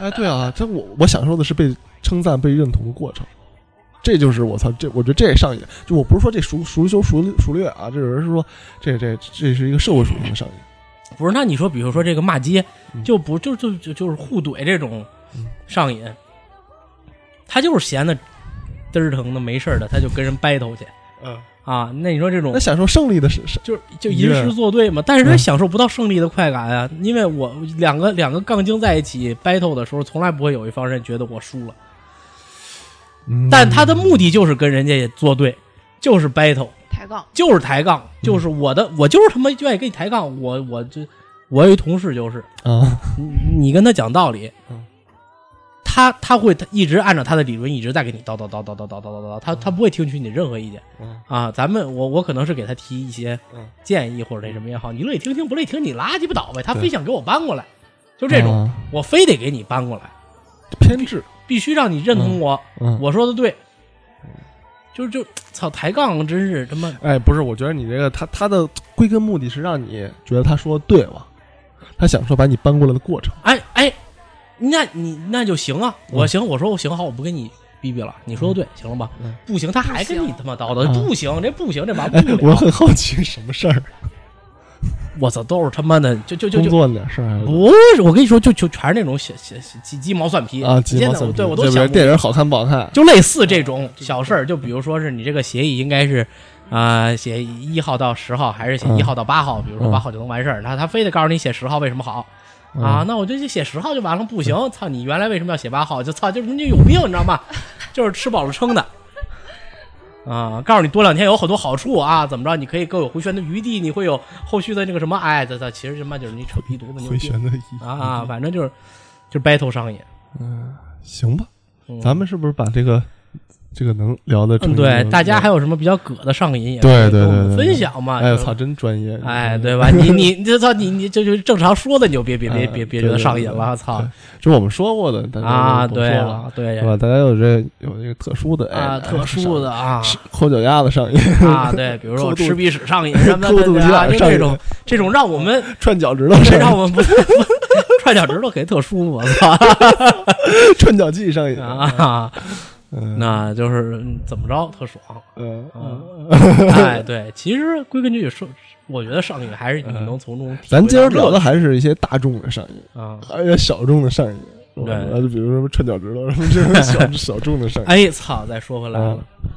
哎，对啊，这我我享受的是被称赞、被认同的过程，这就是我操，这我觉得这也上瘾。就我不是说这孰孰修孰孰略啊，这有人是说这这这是一个社会属性的上瘾，
不是？那你说，比如说这个骂街，
嗯
就不就就就就是互怼这种
嗯
上瘾，他就是闲的嘚儿疼的没事儿的，他就跟人 battle 去
嗯，
啊。那你说这种
那享嗯受胜利的是是
就是就吟诗作对嘛，但是他享受不到胜利的快感啊，因为我两个两个杠精在一起 battle 的时候，从来不会有一方人觉得我输了，
嗯
但他的目的就是跟人家作对，就是 battle，
抬杠。
就是抬杠，
嗯
就是我的，我就是他妈愿意跟你抬杠，我我这我有一同事就是，
啊，
你你跟他讲道理
嗯，
他他会他一直按照他的理论一直在给你叨叨叨叨叨叨叨叨叨，他他不会听取你任何意见
嗯
啊。咱们我我可能是给他提一些
嗯
建议或者那什么也好，你乐意听听，不乐意听你拉鸡巴倒呗，他
对
非想给我搬过来，就这种，
啊
我非得给你搬过来，
偏执，
必须让你认同我，
嗯，
我说的对。就就操抬杠，真是他妈
哎，不是，我觉得你这个他他的归根目的是让你觉得他说的对了，他享受把你搬过来的过程。
哎哎，那你那就行啊，
嗯
我行，我说我行好，我不跟你逼逼了，你说的对，行了吧
嗯？
不行，他还跟
不
你
行
他妈叨叨，
嗯
不行，这不行，这玩意
哎
儿不，
我
了。
很好奇什么事儿，
我操，都是他妈的，就就就
工
就
作那点事儿啊还是
不是，我跟你说，就就全是那种小小小鸡鸡毛蒜皮
啊，鸡毛
真的
蒜
我
皮
对我都
这
想
边
不
电影好看不好看？
就类似
嗯
这种小事儿，就比如说是你这个协议应该是啊、写一号到十号，还是写
嗯
一号到八号？比如说
嗯
八号就能完事儿，他他非得告诉你写十号为什么好啊？
嗯，
那我就写十号就完了，不行，操你原来为什么要写八号？就操就是你有病，你知道吗？就是吃饱了撑的。啊，告诉你多两天有很多好处啊，怎么着？你可以更有回旋的余地，你会有后续的那个什么？哎，这这其实他妈就是你扯皮犊子，你有
回
病
旋的意
啊啊！反正就是就是 battle 上瘾。
嗯，行吧，
嗯
咱们是不是把这个这个能聊的？
嗯，对，大家还有什么比较葛的上瘾也
对
可以
对
跟我
对
们
对
分
对
享嘛？
哎，
就
我
是
操，，真专业！
哎，对吧？你你你这操你你这就是正常说的，你就别 别别
嗯
别别
对
觉得
对
上
对
瘾
对
了，操
就我们说过的，大家
啊！
都说
对
了，
啊，对
是吧？大家有这有这个特殊的哎
啊，
哎
特殊的啊
上瘾抠脚丫子上瘾，
啊，对，比如说我
抠肚
吃鼻屎上瘾 什么
抠
的
肚
对
脐眼
啊，
儿
就
上
这
瘾
种这种让我们
串脚趾头上
让
瘾，
我们不踹脚趾头给特舒服， 我操
串脚气上瘾。
啊！
嗯
那就是嗯怎么着特爽。
嗯
啊
嗯，
哎，对，其实归根结底说，我觉得上瘾还是你能从中体会
咱今儿
到乐
聊的还是一些大众的上瘾，
趣啊，
还有一些小众的上瘾。是吧
对
啊就比如说串脚趾头什么这种小小众的上瘾。
哎操！再说回来了
嗯，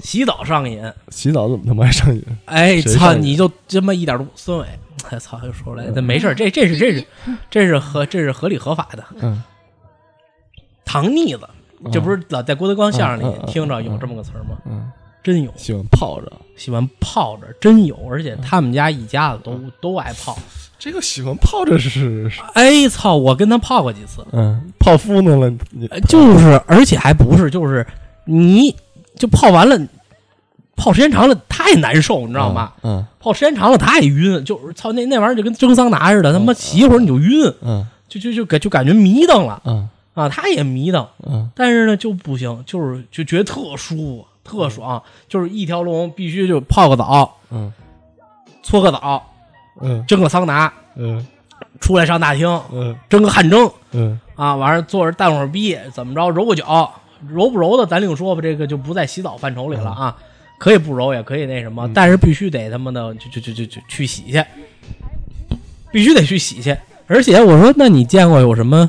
洗澡上瘾。
洗澡怎么他妈还上瘾？
哎
谁
操！
上瘾
你就这么一点都不孙伟， 哎操！又说回来，但没事儿，这这是这是这是合这是合理合法的。
嗯，
糖腻子，这不是老在郭德纲相声
嗯嗯嗯
里听着有这么个词儿吗？
嗯，
真有，
喜欢泡着。
喜欢泡着，真有，而且他们家一家子都都爱泡。
这个喜欢泡着是，是
哎操！我跟他泡过几次，
嗯，泡芙呢了，你
呃就是而且还不是就是你就泡完了，泡时间长了太难受，你知
知
道吗？？
嗯
泡时间长了太晕，就是操那那玩意儿就跟蒸桑拿似的，他妈洗一会儿你就晕，
嗯
就就就感就感觉迷瞪了
嗯
啊！他也迷瞪，
嗯
但是呢就不行，就是就觉得特舒服、特爽，就是一条龙必须就泡个澡、
嗯
搓个澡、
嗯
蒸个桑拿，
嗯
出来上大厅
嗯
蒸个汗蒸
嗯
啊，完了坐着蛋会儿逼，怎么着揉个脚，揉不揉的咱另说吧，这个就不在洗澡范畴里了啊。可以不揉，也可以那什么，
嗯
但是必须得他妈的就就就就就去洗去，必须得去洗去。而且我说，那你见过有什么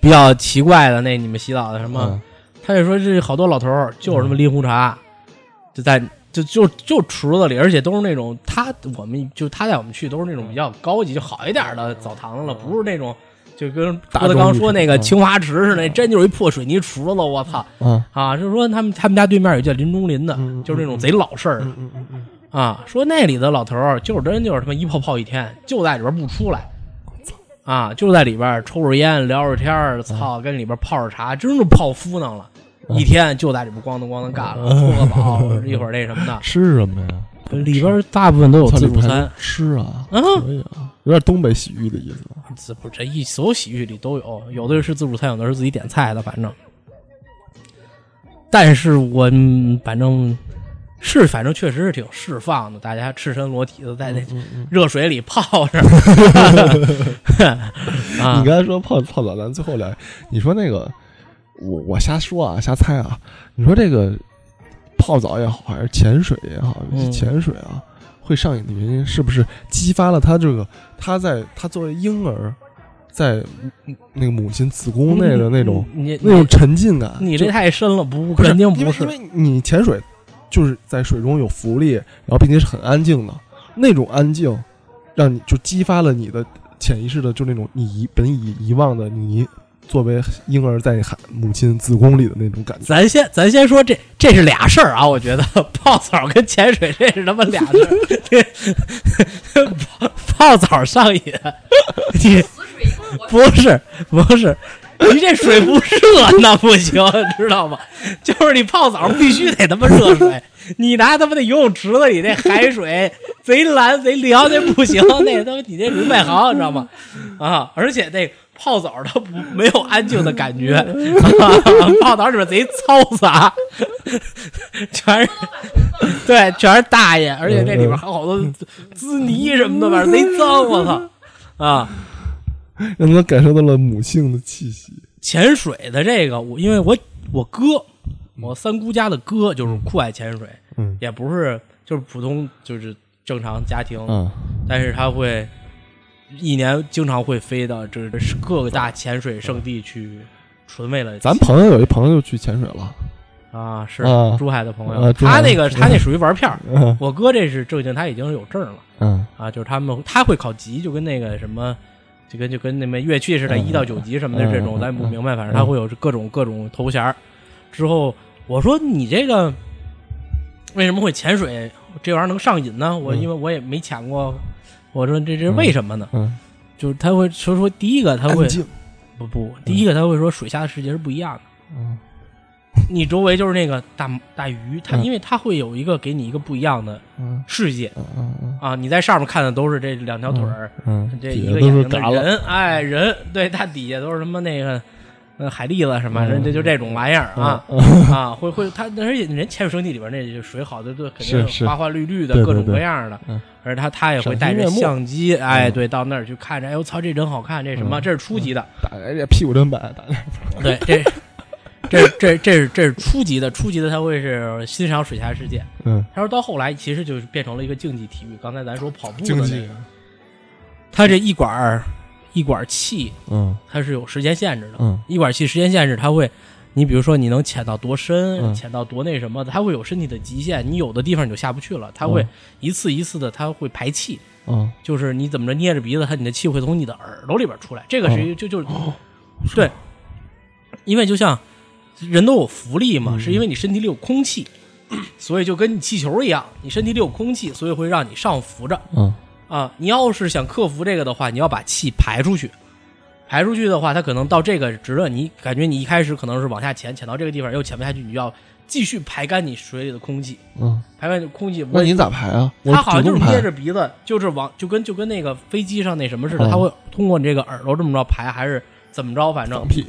比较奇怪的？那你们洗澡的什
嗯
么？他就说这好多老头儿就是他妈拎红茶，
嗯
就在就就就池子里，而且都是那种他我们就他带我们去都是那种比较高级就好一点的澡堂子了，不是那种就跟
大
郭德
众
纲
浴
说
池
那个
嗯
青花池似的，那真就是一破水泥池子，我操
嗯
啊！就是说他们他们家对面有叫林中林的
嗯嗯，
就是那种贼老式儿的
嗯嗯嗯嗯，
啊，说那里的老头儿就是真就是他妈一泡泡一天，就在里边不出来。啊，就在里边抽着烟聊着天儿，操，跟里边泡着茶，真是泡敷弄了，一天就在里边咣当咣当干了，搓个澡，一会儿那什么的，
吃什么呀？
里边大部分都有自助餐，
吃啊，
啊，
可以啊，有点东北洗浴的意思。
这不这一所有洗浴里都有，有的是自助餐，有的是自己点菜的，反正。但是我嗯反正是反正确实是挺释放的，大家赤身裸体的在那
嗯
热水里泡 着，啊
你刚才说泡泡澡，咱最后聊，你说那个，我我瞎说啊，瞎猜啊，你说这个泡澡也好，还是潜水也好，
嗯
潜水啊。会上瘾的原因是不是激发了他这个他在他作为婴儿在那个母亲子宫内的那种
你你
那种沉浸感，
嗯你
就
这太深了，不
不是
肯定不
因为因为你潜水就是在水中有浮力，然后并且是很安静的，那种安静让你就激发了你的潜意识的，就那种你遗本已遗忘的你作为婴儿在海母亲子宫里的那种 感觉。
咱先咱先说这这是俩事儿啊，我觉得泡澡跟潜水这是他妈俩事儿。这泡 泡澡上瘾，你不是不是，你这 水不热那不行，知道吗？就是你泡澡必须得他妈热水，你拿他妈那游泳池子里那海水贼蓝贼凉，那不行，那他妈你那人外行，你知道吗？啊，而且那泡澡它不没有安静的感觉， 啊、泡澡里边贼嘈杂，全是对，全是大爷，而且那里边还有好多滋泥什么的玩意儿，贼脏，我操啊！
让他感受到了母性的气息。
潜水的这个，我因为我我哥，我三姑家的哥就是酷爱潜水，
嗯
也不是就是普通就是正常家庭，
啊，
但是他会一年经常会飞到这这各个大潜水圣地去，纯为了
咱朋友有一朋友就去潜水了，
啊是
啊
珠海的朋友，
啊珠海
他那个他那属于玩票儿，
嗯
我哥这是正经，他已经有证了
嗯
啊，就是他们他会考级，就跟那个什么。就跟就跟那么乐器似的，
嗯
一到九级什么的这种，
嗯嗯
咱也不
嗯
明白，反正他会有各种各种头衔儿。之后我说你这个为什么会潜水这玩意儿能上瘾呢？我
嗯
因为我也没潜过，我说这这是为什么呢？
嗯，
就是他会说说第一个他会
安静，
不不，第一个他会说水下的世界是不一样的，
嗯
你周围就是那个大大鱼，它
嗯
因为它会有一个给你一个不一样的
嗯
世界
嗯嗯
啊，你在上面看的都是这两条腿儿，
嗯，
这
底
一
下
个
都
眼
是
睛的
嘎了，
人，哎人，对，它底下都是什么那个。呃海蛎子什么，
嗯
人家就这种玩意儿啊、啊，会 会，它而且人潜水圣地里边那就水好的都肯定
是是
花花绿绿的，
对对
各种
对
各样的，
嗯
而他他也会带着
赏心悦目
相机，哎，
嗯
对，到那儿去看着，哎呦操，这人好看，这什么，
嗯
这是初级的，
打哎这屁股真白，打
对，这这这这是这是初级的，初级的他会是欣赏水下世界。
嗯，
他说到后来其实就是变成了一个竞技体育。刚才咱说跑步的
竞
那
技
个，，他这一管儿一管儿气
嗯
它是有时间限制的，
嗯
一管儿气时间限制它会。你比如说，你能潜到多深，
嗯
潜到多那什么的，它会有身体的极限。你有的地方你就下不去了，它会
嗯
一次一次的，它会排气。
嗯，
就是你怎么着捏着鼻子，它你的气会从你的耳朵里边出来。这个是一个就就是、对，因为就像人都有浮力嘛，是因为你身体里有空气， 所以就跟你气球一样，你身体里有空气，所以会让你上浮着
嗯
啊。你要是想克服这个的话，你要把气排出去。排出去的话，它可能到这个值了，你感觉你一开始可能是往下潜，潜到这个地方又潜不下去，你就要继续排干你水里的空气，
嗯，
排干空气。我
那你咋排啊？我
他好像
主
就
动
是
排
捏着鼻子，就是往就跟就跟那个飞机上那什么似的，
嗯
他会通过你这个耳朵这么着排，还是怎么着？反正
放 屁，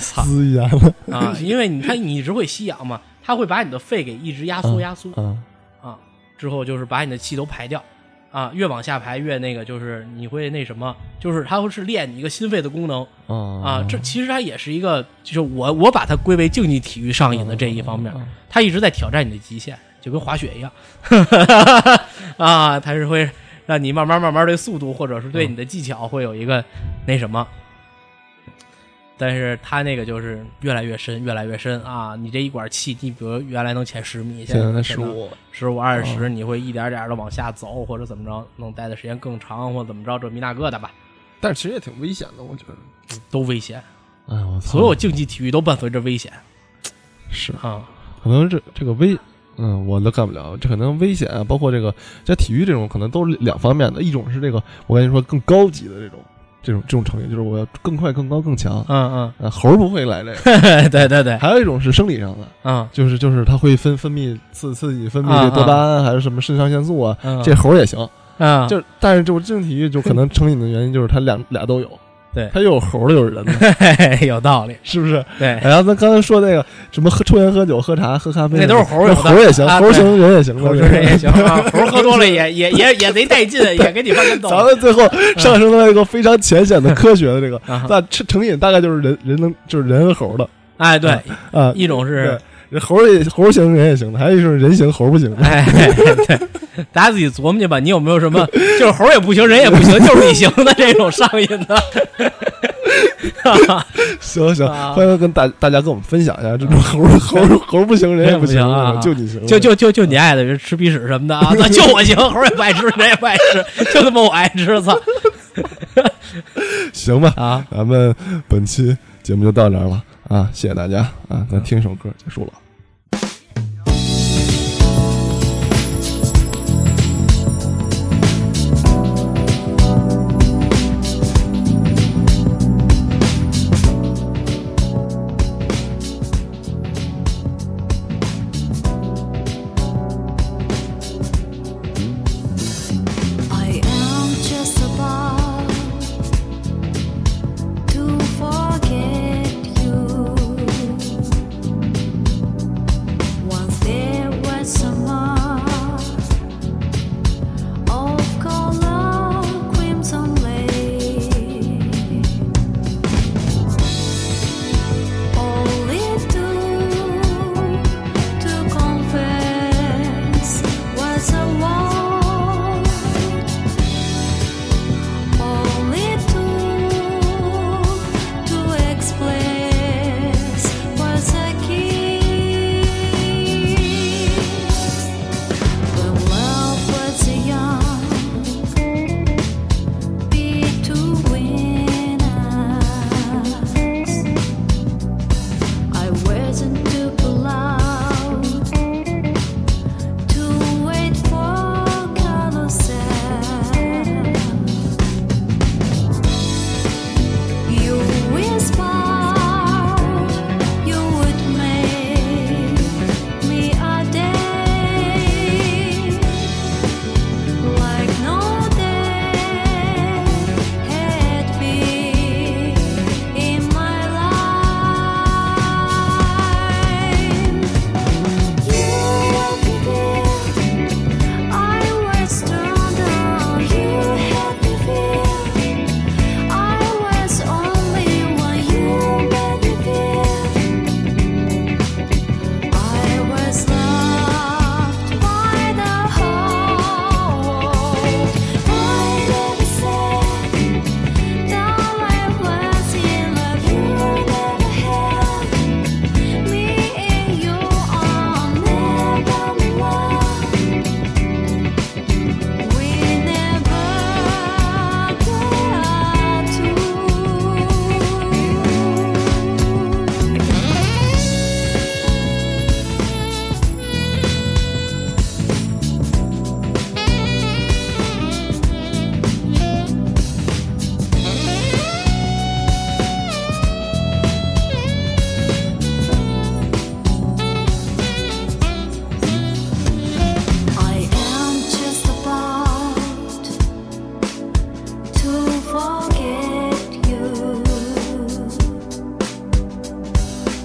操
滋一下子，
啊！因为你看你一直会吸氧嘛，他会把你的肺给一直压
嗯
缩压缩
嗯
啊，之后就是把你的气都排掉啊，越往下排越那个，就是你会那什么，就是它会是练你一个心肺的功能
嗯
啊。这其实它也是一个，就是我我把它归为竞技体育上瘾的这一方面，
嗯
他一直在挑战你的极限，就跟滑雪一样， 啊，他是会让你慢慢慢慢对速度或者是对你的技巧会有一个那什么。但是他那个就是越来越深，越来越深啊！你这一管气，你比如原来能潜十米，
现在才
能
十五，嗯
十五二十，你会一点点的往下走，或者怎么着，能待的时间更长，或怎么着，这迷那个的吧，
但是其实也挺危险的，我觉得。
都危险。
哎我操！
所有竞技体育都伴随着危险
是
啊！
可能这这个危，嗯，我都干不了。这可能危险啊，包括这个在体育这种，可能都是两方面的。一种是这个，我跟你说更高级的这种这种这种成瘾，就是我要更快、更高、更强。
嗯
啊，猴儿不会来这个。
嗯，对对对，
还有一种是生理上的，
嗯
就是就是它会分分泌刺刺激分泌
啊
这多巴胺还是什么肾上腺素啊，
嗯，
这猴儿也行。
啊，
就但是这种这种体育就可能成瘾的原因就是它俩俩都有，
对
它又有猴儿又有 人的，
嘿，有道理，
是不是？
对，
然后咱刚才说那个什么喝抽烟、喝酒、喝茶、喝咖啡，
哎那都是猴儿有的
猴儿也行，
啊
猴儿行，人也行，
猴
对
吃
不对
这也行啊，猴喝多了 也也也也贼带劲，也给你翻跟斗。
咱们最后
嗯
上升到一个非常浅显的科学的这个，
啊
那成成瘾大概就是人人能就是人和猴儿的
哎，对，
啊，
一种是
对，人猴儿也猴儿行，人也行的，还有一种是人行猴儿不行 的，
哎，对，大家自己琢磨去吧。你有没有什么就是猴也不行，人也不行，就是你行的这种上瘾的？
行行，
啊
欢迎跟大大家跟我们分享一下这种猴 儿猴儿猴儿不行，人也不
人也不行啊
就你行，
就就就就你爱的人吃鼻屎什么的啊？那就我行，猴也不爱吃，人也不爱吃，就他妈我爱吃，操
行吧。
啊！
咱们本期节目就到这儿了啊，谢谢大家啊，咱听一首歌结束了。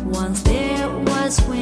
once there was when